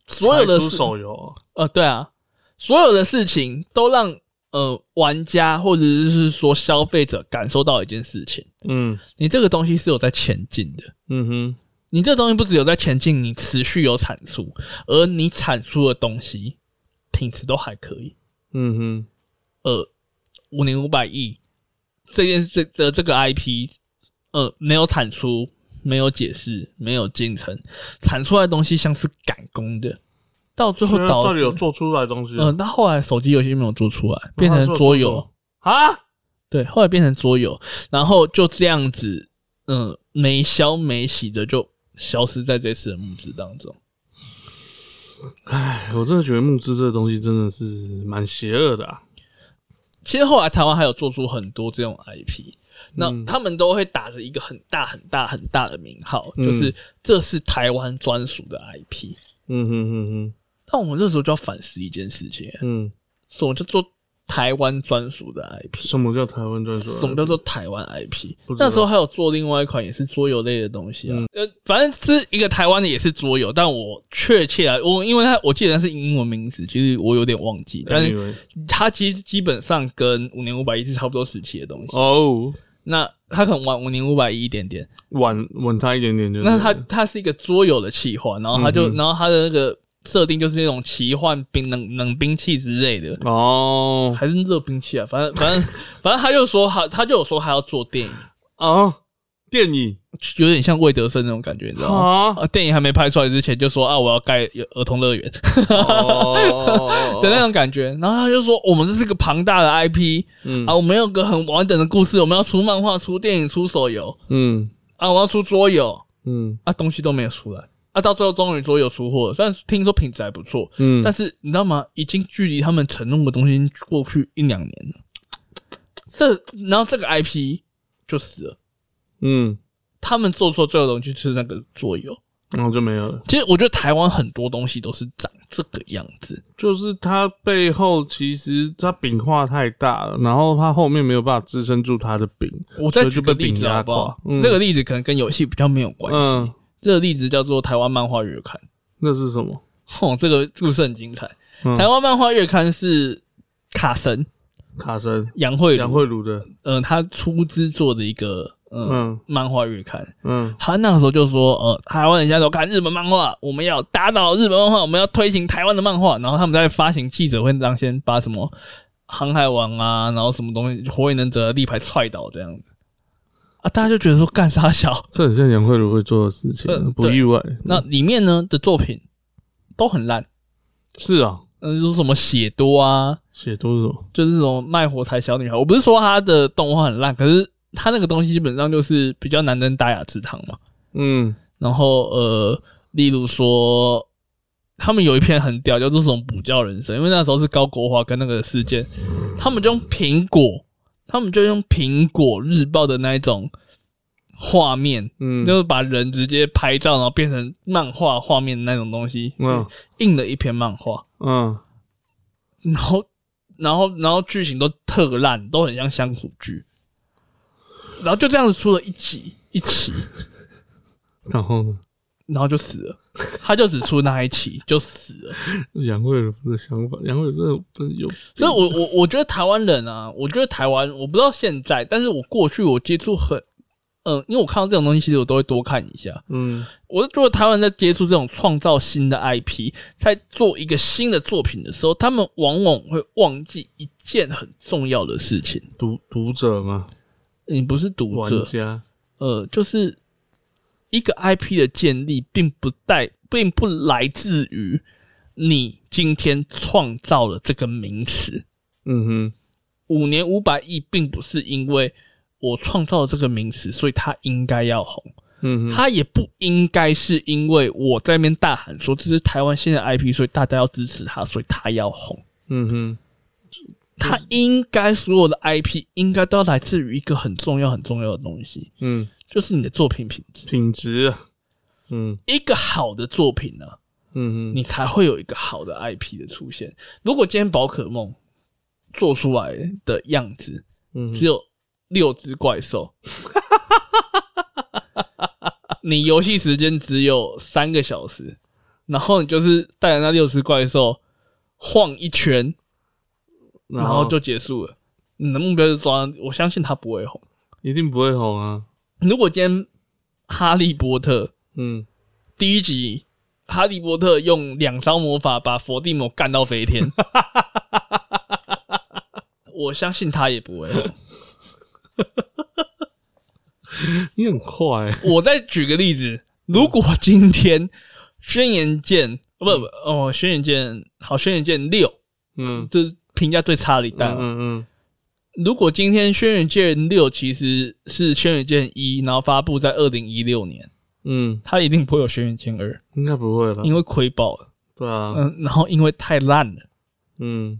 B: 所有的
A: 才出
B: 事
A: 手游，
B: 呃，对啊，所有的事情都让呃玩家或者是说消费者感受到一件事情：
A: 嗯
B: 你这个东西是有在前进的。
A: 嗯哼，
B: 你这个东西不只有在前进，你持续有产出，而你产出的东西品质都还可以。
A: 嗯哼。
B: 呃，五年五百亿这件这的这个 IP，呃，没有产出，没有解释，没有进程，产出来的东西像是赶工的，到最后
A: 所以
B: 导
A: 啊到底
B: 致
A: 有做出来东西
B: 嗯，那后来手机游戏没有做出来，变
A: 哦
B: 成桌游，
A: 啊？
B: 对，后来变成桌游，然后就这样子，嗯，没消没息的就消失在这次的募资当中。
A: 哎，我真的觉得募资这个东西真的是蛮邪恶的啊。
B: 其实后来台湾还有做出很多这种 IP，那
A: 嗯
B: 他们都会打着一个很大很大很大的名号，
A: 嗯
B: 就是这是台湾专属的 IP。
A: 嗯哼哼
B: 但我们那时候就要反思一件事情，
A: 哼，嗯，
B: 什么叫做台湾专属的 IP？
A: 什么叫台湾专属？
B: 什么叫做台湾 IP？
A: 啊不知道嗯
B: 那时候还有做另外一款也是桌游类的东西啊，呃，反正是一个台湾的也是桌游，但我确切啊，我因为它我记得它是英文名字，其实我有点忘记，但是
A: Anyway，
B: 它其实基本上跟五年五百一是差不多时期的东西。
A: 哦，
B: 那它可能晚五年五百一一点点，
A: 稳稳他一点点就。
B: 那它它是一个桌游的企划，然后它就、
A: 嗯
B: 然后它的那个设定就是那种奇幻冰冷冷兵器之类的，
A: 哦
B: 还是热兵器啊，反正反正 反正他就说他他就有说他要做电影。
A: 哦，电影
B: 有点像魏德胜那种感觉，你知道吗？
A: 啊，
B: 啊，电影还没拍出来之前就说啊，我要盖儿童乐园的
A: 哦，
B: 那种感觉，然后他就说哦我们这是个庞大的 IP
A: 嗯
B: 啊，我们有个很完整的故事，我们要出漫画、出电影、出手游
A: 嗯
B: 啊，我要出桌游
A: 嗯
B: 啊，东西都没有出来啊，到最后终于桌游出货了，虽然听说品质还不错，
A: 嗯，
B: 但是你知道吗？已经距离他们承诺的东西已经过去一两年了，这然后这个 IP 就死了，
A: 嗯，
B: 他们做错最后的东西就是那个桌游。
A: 然后就没有了。
B: 其实我觉得台湾很多东西都是长这个样子，
A: 就是它背后其实它饼画太大了，然后它后面没有办法支撑住它的饼。
B: 我再举个例子好不
A: 所以就
B: 好？
A: 被顶压垮嗯
B: 这个例子可能跟游戏比较没有关系。
A: 嗯，
B: 这个例子叫做《台湾漫画月刊》，
A: 那是什么？
B: 吼，这个故事很精彩。
A: 嗯
B: 台湾漫画月刊是卡神
A: 卡神
B: 杨慧
A: 杨
B: 茹，
A: 慧茹的，
B: 嗯，他出资做的一个嗯
A: 嗯
B: 漫画月刊。
A: 嗯
B: 他那个时候就说，呃，台湾人现在都看日本漫画，我们要打倒日本漫画，我们要推行台湾的漫画。然后他们在发行记者会当先把什么航海王啊，然后什么东西火影忍者的立牌踹倒这样子啊，大家就觉得说干啥小？
A: 这很像杨慧茹会做的事情，
B: 嗯
A: 不意外。
B: 那里面呢的作品都很烂，
A: 是啊，
B: 嗯、就是什么血多啊，
A: 写多少？
B: 就是那种卖火柴小女孩。我不是说她的动画很烂，可是它那个东西基本上就是比较难登大雅之堂嘛。
A: 嗯，
B: 然后呃，例如说，他们有一篇很屌，叫做“这种补教人生”，因为那时候是高国华跟那个事件，他们就用苹果，他们就用苹果日报的那一种画面，
A: 嗯，
B: 就是把人直接拍照，然后变成漫画画面的那种东西，
A: 嗯
B: 印了一篇漫画，
A: 嗯
B: 然后然后然后剧情都特烂，都很像乡土剧，然后就这样子出了一集一集。
A: 然后呢？
B: 然后就死了，他就只出那一期就死了。
A: 杨贵人的想法，杨贵人真的真的有病，
B: 所以我，我我觉得台湾人啊，我觉得台湾，我不知道现在，但是我过去我接触很，嗯、因为我看到这种东西，其实我都会多看一下。
A: 嗯
B: 我就觉得台湾在接触这种创造新的 IP，在做一个新的作品的时候，他们往往会忘记一件很重要的事情。
A: 读读者嘛，
B: 你不是读
A: 玩
B: 者，
A: 家，
B: 呃，就是一个 IP 的建立，并不带，并不来自于你今天创造了这个名词。
A: 嗯哼，
B: 五年五百亿，并不是因为我创造了这个名词，所以它应该要红。
A: 嗯哼，
B: 它也不应该是因为我在那边大喊说这是台湾现在 IP，所以大家要支持它，所以它要红。
A: 嗯哼，
B: 它应该所有的 IP 应该都要来自于一个很重要、很重要的东西，
A: 嗯，
B: 就是你的作品品质。
A: 品质啊，嗯
B: 一个好的作品呢、
A: 嗯哼，
B: 你才会有一个好的 IP 的出现。如果今天宝可梦做出来的样子
A: 嗯
B: 只有六只怪 兽，你游戏时间只有三个小时，然后你就是带着那六只怪兽晃一圈，然后就结束了。你的目标是抓，我相信它不会红。
A: 一定不会红啊，
B: 如果今天哈利波特
A: 嗯，
B: 第一集，哈利波特用两招魔法把伏地魔干到 飞天，我相信他也不会。
A: 你很快，
B: 我再举个例子，如果今天轩辕剑不不哦，轩辕剑好，轩辕剑六
A: 嗯
B: 这是评价最差的一代
A: 嗯
B: 嘛。
A: 嗯
B: 如果今天轩辕剑六其实是轩辕剑一，然后发布在二零一六年，
A: 嗯，
B: 它一定不会有轩辕剑二，
A: 应该不会了，
B: 因为亏爆了。
A: 对啊，
B: 嗯，然后因为太烂了。
A: 嗯，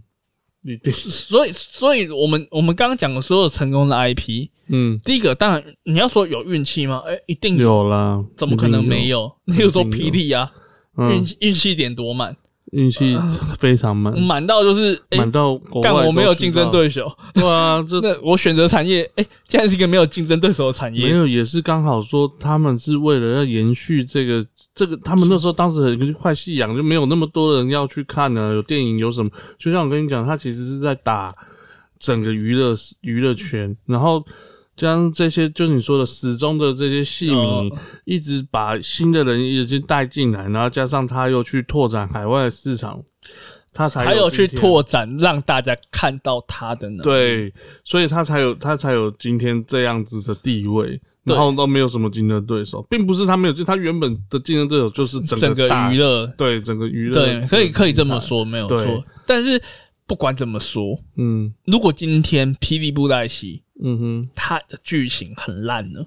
A: 一定，
B: 所以，所以我们我们刚刚讲的所有成功的 IP，
A: 嗯，
B: 第一个当然你要说有运气吗？哎、一定有，
A: 有啦，
B: 怎么可能没
A: 有？
B: 有？例如说
A: 一定有
B: 霹雳啊，运
A: 嗯，
B: 气运气点多满，
A: 运气非常满，
B: 满到就是
A: 嗯
B: 哎，
A: 满到国
B: 干、
A: 外
B: 嗯我没有
A: 都知
B: 竞争
A: 道，
B: 对手，
A: 对啊，这
B: 那我选择产业，哎、现在是一个没有竞争对手的产
A: 没
B: 业，
A: 有，也是刚好说他们是为了要延续这个这个，他们那时候当时很快夕阳就没有那么多人要去看呢、有电影有什么？就像我跟你讲，他其实是在打整个娱乐娱乐圈，然后将这些就你说的始终的这些戏迷
B: 哦，
A: 一直把新的人一直带进来，然后加上他又去拓展海外市场，他才
B: 还有去
A: 今天
B: 拓展，让大家看到他的呢。
A: 对，所以他才有他才有今天这样子的地位，
B: 对
A: 然后都没有什么竞争对手，并不是他没有，就他原本的竞争对手就是整
B: 整个
A: 大
B: 娱乐，
A: 对整个娱乐，
B: 对，可以可以这么，说，没有
A: 对
B: 错。但是不管怎么说，
A: 嗯
B: 如果今天霹雳布袋戏
A: 嗯哼，
B: 它的剧情很烂呢。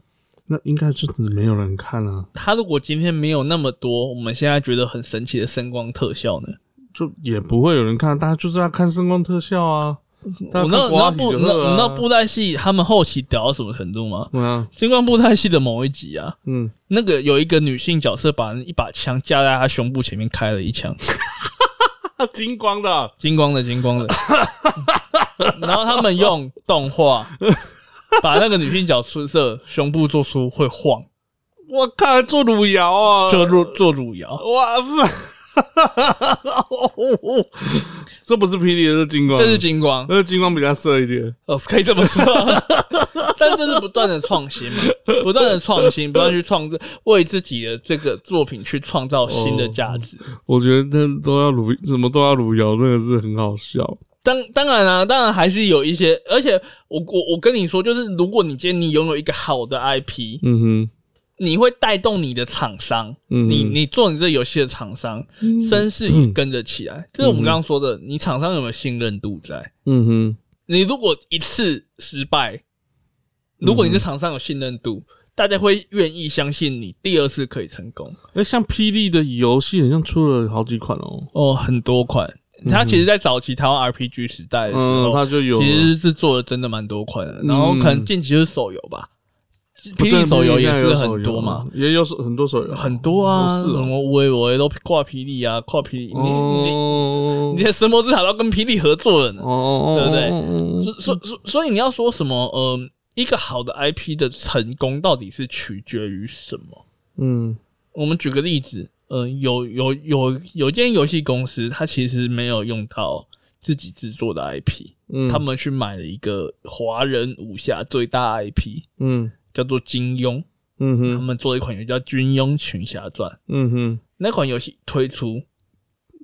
A: 那应该就是没有人看啊，
B: 它如果今天没有那么多我们现在觉得很神奇的声光特效呢，
A: 就也不会有人看，啊大家就是要看声光特效啊，大
B: 我
A: 家看
B: 那那
A: 瓜
B: 布
A: 皮
B: 那
A: 的乐
B: 那
A: 啊，
B: 布袋戏他们后期屌到什么程度吗？
A: 嗯啊
B: 星光布袋戏的某一集啊，
A: 嗯，
B: 那个有一个女性角色把一把枪架在她胸部前面开了一枪，
A: 啊金光的，
B: 金光的金 光的，然后他们用动画把那个女性角色胸部做出会晃，
A: 我看做汝窑啊，
B: 就做做乳摇，
A: 哇塞。 这不是霹雳，这是金光，
B: 这是金光，
A: 那金光比较色一点。
B: 哦，可以这么说， 但是就是不断的创新嘛，不断的创新，不断地去创造为自己的这个作品去创造新的价值。
A: 我觉得这都要鲁，什么都要鲁瑶，真的是很好笑。
B: 当当然啊，当然还是有一些，而且我我我跟你说，就是如果你今天你拥有一个好的 IP，
A: 嗯哼，
B: 你会带动你的厂商，
A: 嗯哼
B: 你你做你这游戏的厂商声势也跟着起来。这是我们刚刚说的，你厂商有没有信任度在？
A: 嗯哼，
B: 你如果一次失败，如果你在场上有信任度，大家会愿意相信你第二次可以成功。
A: 哎、像霹雳的游戏，好像出了好几款哦。
B: 哦，很多款。它其实，在早期台湾 RPG 时代的时
A: 嗯，
B: 候，
A: 它就有了
B: 其实是做的真的蛮多款的。然后可能近期就是手游吧，霹雳手游也是很多嘛，，
A: 不对霹雳现在有手游也有手很多手游，
B: 很多啊，
A: 哦是
B: 什
A: 哦
B: 么我也我也都挂霹雳啊，挂霹雳，你
A: 哦
B: 你你的神魔之塔都跟霹雳合作了呢
A: 哦。哦，
B: 对不对
A: 对？
B: 所所所所以你要说什么？呃，一个好的 IP 的成功到底是取决于什么？
A: 嗯
B: 我们举个例子，呃，有有有有一间游戏公司，它其实没有用到自己制作的 IP，
A: 嗯，
B: 他们去买了一个华人武侠最大 IP，
A: 嗯
B: 叫做金庸，
A: 嗯
B: 他
A: 哼
B: 们做了一款游戏叫《金庸群侠传》，
A: 嗯哼，
B: 那款游戏推出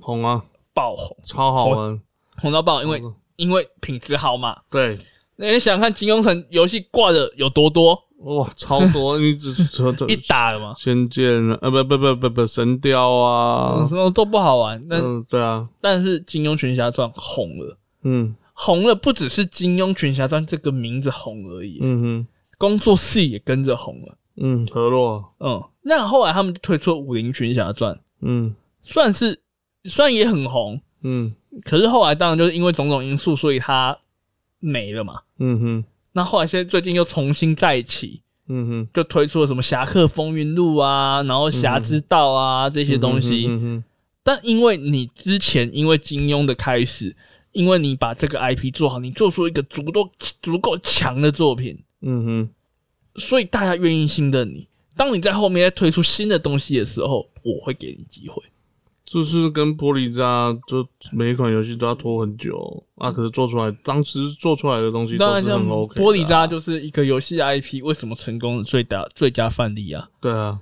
A: 红啊，
B: 爆红，
A: 超好玩，
B: 红到爆，因为
A: 红
B: 因为品质好嘛。
A: 对，
B: 那你想想看，金庸城游戏挂的有多多？
A: 哇，超多，你只这这
B: 一打了嘛，
A: 仙剑啊，呃，不不不不不，神雕啊，
B: 什么都不好玩。但、
A: 嗯，对啊，
B: 但是《金庸群侠传》红了，
A: 嗯
B: 红了不只是《金庸群侠传》这个名字红而已，
A: 嗯哼，
B: 工作室也跟着红了。
A: 嗯，河洛，
B: 嗯，那后来他们就推出了《武林群侠传》，
A: 嗯
B: 算是虽然也很红，
A: 嗯
B: 可是后来当然就是因为种种因素，所以它没了嘛。
A: 嗯哼
B: 那后来现在最近又重新再起，
A: 嗯哼，
B: 就推出了什么《侠客风云录》啊，然后《侠之道啊》这些东西。
A: 嗯哼
B: 但因为你之前因为金庸的开始，因为你把这个 IP 做好，你做出一个足够足够强的作品，
A: 嗯哼，
B: 所以大家愿意信任你。当你在后面再推出新的东西的时候，我会给你机会。
A: 就是跟玻璃渣，就每一款游戏都要拖很久啊，可是做出来，当时做出来的东西
B: 当
A: 都
B: 然，
A: 是
B: 像
A: 很 OK，的啊
B: 玻璃渣就是一个游戏 IP 为什么成功的最大最佳范例啊。
A: 对啊，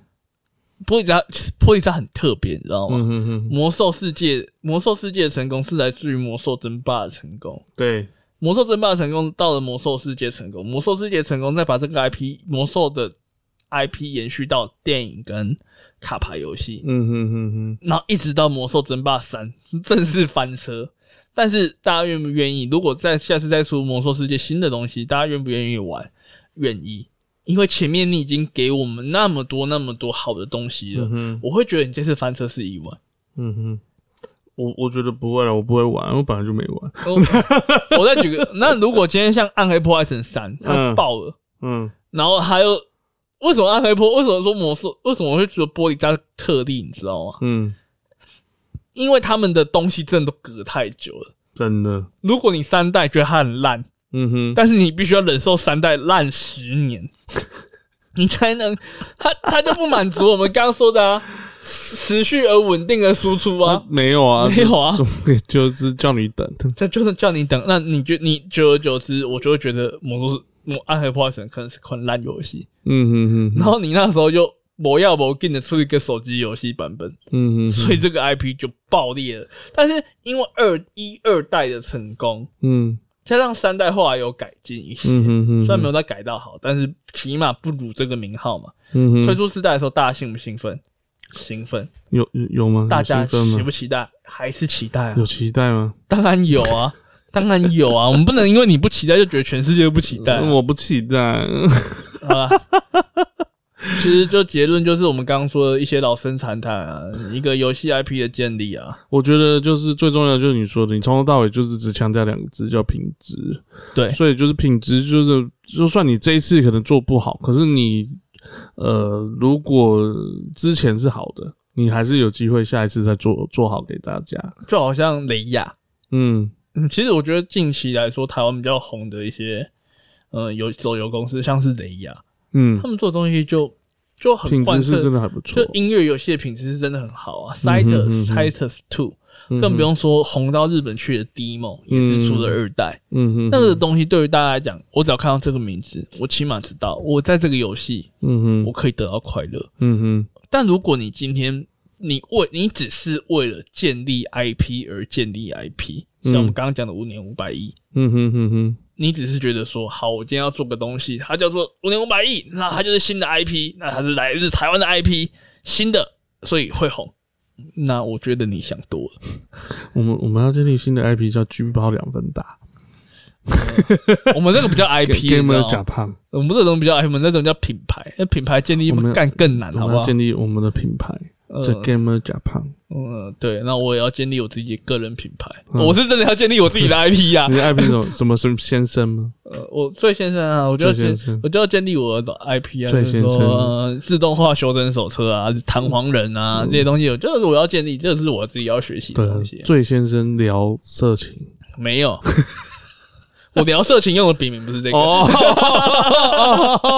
B: 玻璃渣，玻璃渣很特别，你知道吗？
A: 嗯哼哼，
B: 魔兽世界，魔兽世界的成功是来自于魔兽争霸的成功。
A: 对，
B: 魔兽争霸成功，到了魔兽世界成功，魔兽世界成功，再把这个 IP 魔兽的 IP 延续到电影跟卡牌游戏，
A: 嗯哼哼哼，
B: 然后一直到魔兽争霸三正式翻车。但是大家愿不愿意？如果再下次再出魔兽世界新的东西，大家愿不愿意玩？愿意，因为前面你已经给我们那么多那么多好的东西了，
A: 嗯哼
B: 我会觉得你这次翻车是意外。
A: 嗯哼。我我觉得不会了，我不会玩，我本来就没玩。
B: 我我再举个， 那如果今天像《暗黑破坏神三》它
A: 嗯
B: 爆了，
A: 嗯，
B: 然后还有为什么暗黑破？为什么说魔兽？为什么会觉得玻璃渣特例？你知道吗？
A: 嗯，
B: 因为他们的东西真的都隔太久了。
A: 真的，
B: 如果你三代觉得它很烂，
A: 嗯哼，
B: 但是你必须要忍受三代烂十年， 你才能，它它就不满足我们刚刚说的啊，持持续而稳定的输出啊，
A: 没有啊，
B: 没有啊
A: 就，就是叫你等。
B: 这就是叫你等。那你觉你久而久之，我就会觉得魔兽魔暗黑破坏神可能是款烂游戏，
A: 嗯哼哼，
B: 然后你那时候就魔要魔劲的出一个手机游戏版本。
A: 嗯哼，
B: 所以这个 IP 就爆裂了。但是因为二一二代的成功，
A: 嗯
B: 加上三代后来有改进一些，
A: 嗯哼哼，
B: 虽然没有再改到好，但是起码不辱这个名号嘛。
A: 嗯
B: 推
A: 哼，
B: 出四代的时候，大家兴不兴奋？兴奋，
A: 有有有吗？
B: 大家
A: 有兴奋
B: 期
A: 吗？
B: 不期待？还是期待啊
A: 有？期待吗？
B: 当然有啊，当然有啊。我们不能因为你不期待就觉得全世界都不期待啊、
A: 我不期待。
B: 啊。其实就结论就是我们刚刚说的一些老生常谈啊，一个游戏 IP 的建立啊，
A: 我觉得就是最重要的，就是你说的，你从头到尾就是只强调两个字，叫品质。
B: 对，
A: 所以就是品质，就是就算你这一次可能做不好，可是你呃，如果之前是好的，你还是有机会下一次再做做好给大家。
B: 就好像雷亚，
A: 嗯
B: 嗯，其实我觉得近期来说，台湾比较红的一些，呃，有手游公司，像是雷亚，
A: 嗯
B: 他，们做的东西就就很
A: 品
B: 贯
A: 质是
B: 彻
A: 真，的还不错
B: 就。音乐游戏的品质是真的很好啊。
A: 嗯哼嗯
B: Citus
A: 哼
B: Citus Two，
A: 嗯
B: 更
A: 哼
B: 不用说红到日本去的 Demo 也是出了二代，
A: 嗯哼，
B: 那个东西对于大家来讲，我只要看到这个名字，我起码知道我在这个游戏
A: 嗯哼，
B: 我可以得到快乐。
A: 嗯哼，
B: 但如果你今天你为你只是为了建立 IP 而建立 IP，像我们
A: 嗯
B: 刚刚讲的五年五百亿。
A: 嗯哼哼哼，
B: 你只是觉得说，好，我今天要做个东西，它叫做五年五百亿，那它就是新的 IP，那它是来自台湾的 IP，新的，所以会红。那我觉得你想多了，
A: 我们我们要建立新的 IP 叫“狙包两分打
B: 我们 这个比较 IP，你知
A: Gamer
B: 道吗
A: Japan，
B: 我们这种比较 IP，我们那种叫品牌，那品牌建立
A: 我们要
B: 干更难，
A: 我
B: 好
A: 们
B: 不
A: 要
B: 好？
A: 建立我们的品牌，
B: 呃
A: 叫 Gamer Japan。
B: 嗯，对，那我也要建立我自己个人品牌，
A: 嗯
B: 我是真的要建立我自 己的 IP 呀、
A: 你的 IP 是什么什么 什么先生吗？
B: 呃，我最先生啊，我就要
A: 最先
B: 建
A: 生，
B: 我就要建立我的 IP 啊，
A: 最
B: 就是
A: 先
B: 说
A: 生
B: 呃自动化修整手册啊、弹簧人啊这些东西，我就是我要建立，这是我自己要学习的东西
A: 嗯
B: 啊
A: 对，。啊最先生聊色情。
B: 没有， 我聊色情用的笔名不是这个，
A: 哦，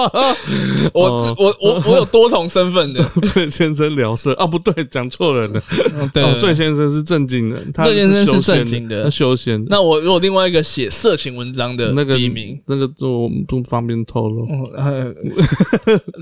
B: 我我我我有多重身份 的。
A: 最先生聊色啊，不对，讲错人了。
B: 嗯对
A: 哦，最先生是正经人，他
B: 最先生是
A: 是修仙
B: 正经的
A: 他修仙的。
B: 那我有另外一个写色情文章的
A: 那个
B: 笔名。
A: 那个我们不方便透露，
B: 嗯，呃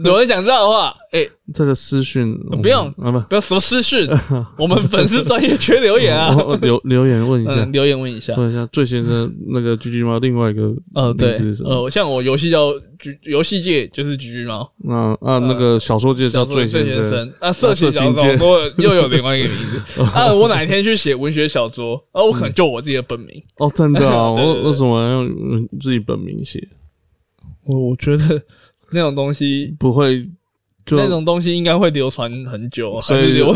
B: 有人想知道的话，哎、
A: 这个私讯
B: 呃不用
A: 我们啊，
B: 不要什么私讯， 我们粉丝专业缺留言啊
A: 不，，我我留留言哦问一下，
B: 嗯，留言问一下。
A: 问一下最先生那个狙击猫另外一个
B: 呃，对
A: 名字是什，么？
B: 呃，像我游戏叫橘，游戏界就是橘橘猫，
A: 啊啊，那个小说界叫
B: 呃小说
A: 最
B: 最先
A: 生，啊
B: 生，那色情
A: 色
B: 小
A: 情
B: 说
A: 界
B: 我又有另外一个名 字。啊，我哪一天去写文学小说，啊，我可
A: 嗯
B: 能就我自己的本名。
A: 哦，真的 啊，
B: 对对对
A: 我为什么要用自己本名写？
B: 我我觉得 那种东西，
A: 不会就
B: 那种东西应该会流传很久，啊还
A: 所以
B: 是 流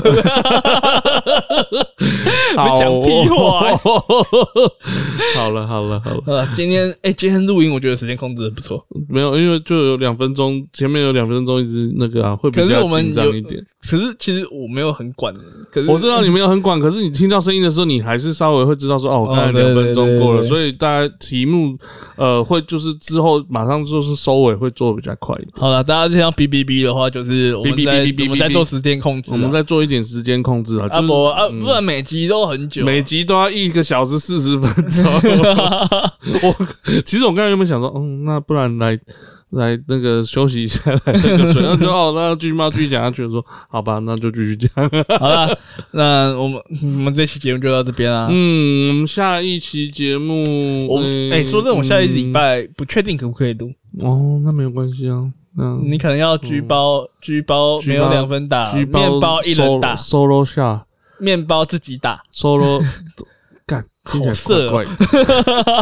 A: 好
B: 讲屁 话欸
A: 哦好了好了好了，
B: 呃，今天哎、今天录音我觉得时间控制的不错，
A: 没有，因为就有两分钟，前面有两分钟一直那个啊，会比
B: 可是
A: 较
B: 我们
A: 紧张
B: 有呃
A: 一点。
B: 可是其实我没有很管，可是
A: 我知道你们有很管，可是你听到声音的时候，你还是稍微会知道说，哦，我刚才
B: 哦对
A: 两分钟过了，
B: 对对对
A: 所以大家题目呃会就是之后马上就是收尾会做得比较快一点。
B: 好了，大家听到哔哔哔的话，就是我们
A: 哔哔
B: 在
A: 哔哔
B: 我们在
A: 哔哔
B: 做时间控制啊，
A: 我们再做一点时间控制啊，
B: 啊
A: 就是
B: 不啊，不然每集都很久，啊
A: 每集都要一个小时四十分钟。 我其实我刚才原本想说，嗯，那不然来来那个休息一下，来喝个水。 然后就哦，那继续猫继续讲下去，我说好吧，那就继续讲。
B: 好了，那我们我们这期节目就到这边啦。
A: 嗯，我们下一期节目，
B: 我
A: 嗯
B: 哎、说真的，我下一礼、拜不确定可不可以录，
A: 嗯哦，那没有关系啊。嗯，
B: 你可能要居包居嗯包
A: 居
B: 没有
A: 包
B: 两分打，
A: 举
B: 啊面包一人打，
A: solo 下
B: 面包自己打。
A: solo，干听起
B: 好
A: 来
B: 色哦
A: 怪怪 的。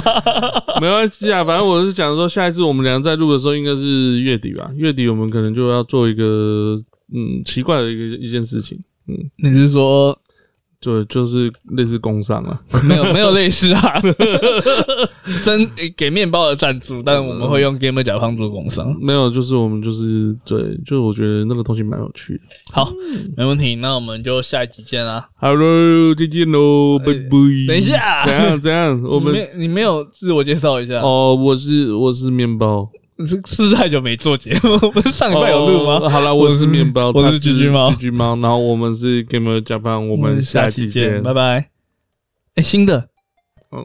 A: 没关系啊，反正我是想说，下一次我们俩在录的时候应该是月底吧，月底我们可能就要做一个嗯奇怪的一个一件事情，
B: 你是说
A: 就就是类似工伤啊，
B: 没有没有类似啊？ 真给面包的赞助，但我们会用 Gamer 甲方做工商。
A: 没有，就是我们就是对，就是我觉得那个东西蛮有趣的。
B: 好，没问题，那我们就下一集见啦。
A: 好喽，再见喽，拜拜。
B: 哎嗯等一，下
A: 怎，样怎样？我
B: 我
A: 们
B: 们你没有自我介绍一下？
A: 哦，我是我是面包，
B: 是是太久没做节目，不是上礼拜有录吗？
A: 哦好啦，我是面包，
B: 我是
A: 他
B: 橘橘猫
A: 橘橘猫，然后我们是 Gamer 加班，我
B: 我
A: 们
B: 下
A: 下
B: 期
A: 期
B: 见，
A: 见，
B: 拜拜。哎，新的，
A: 嗯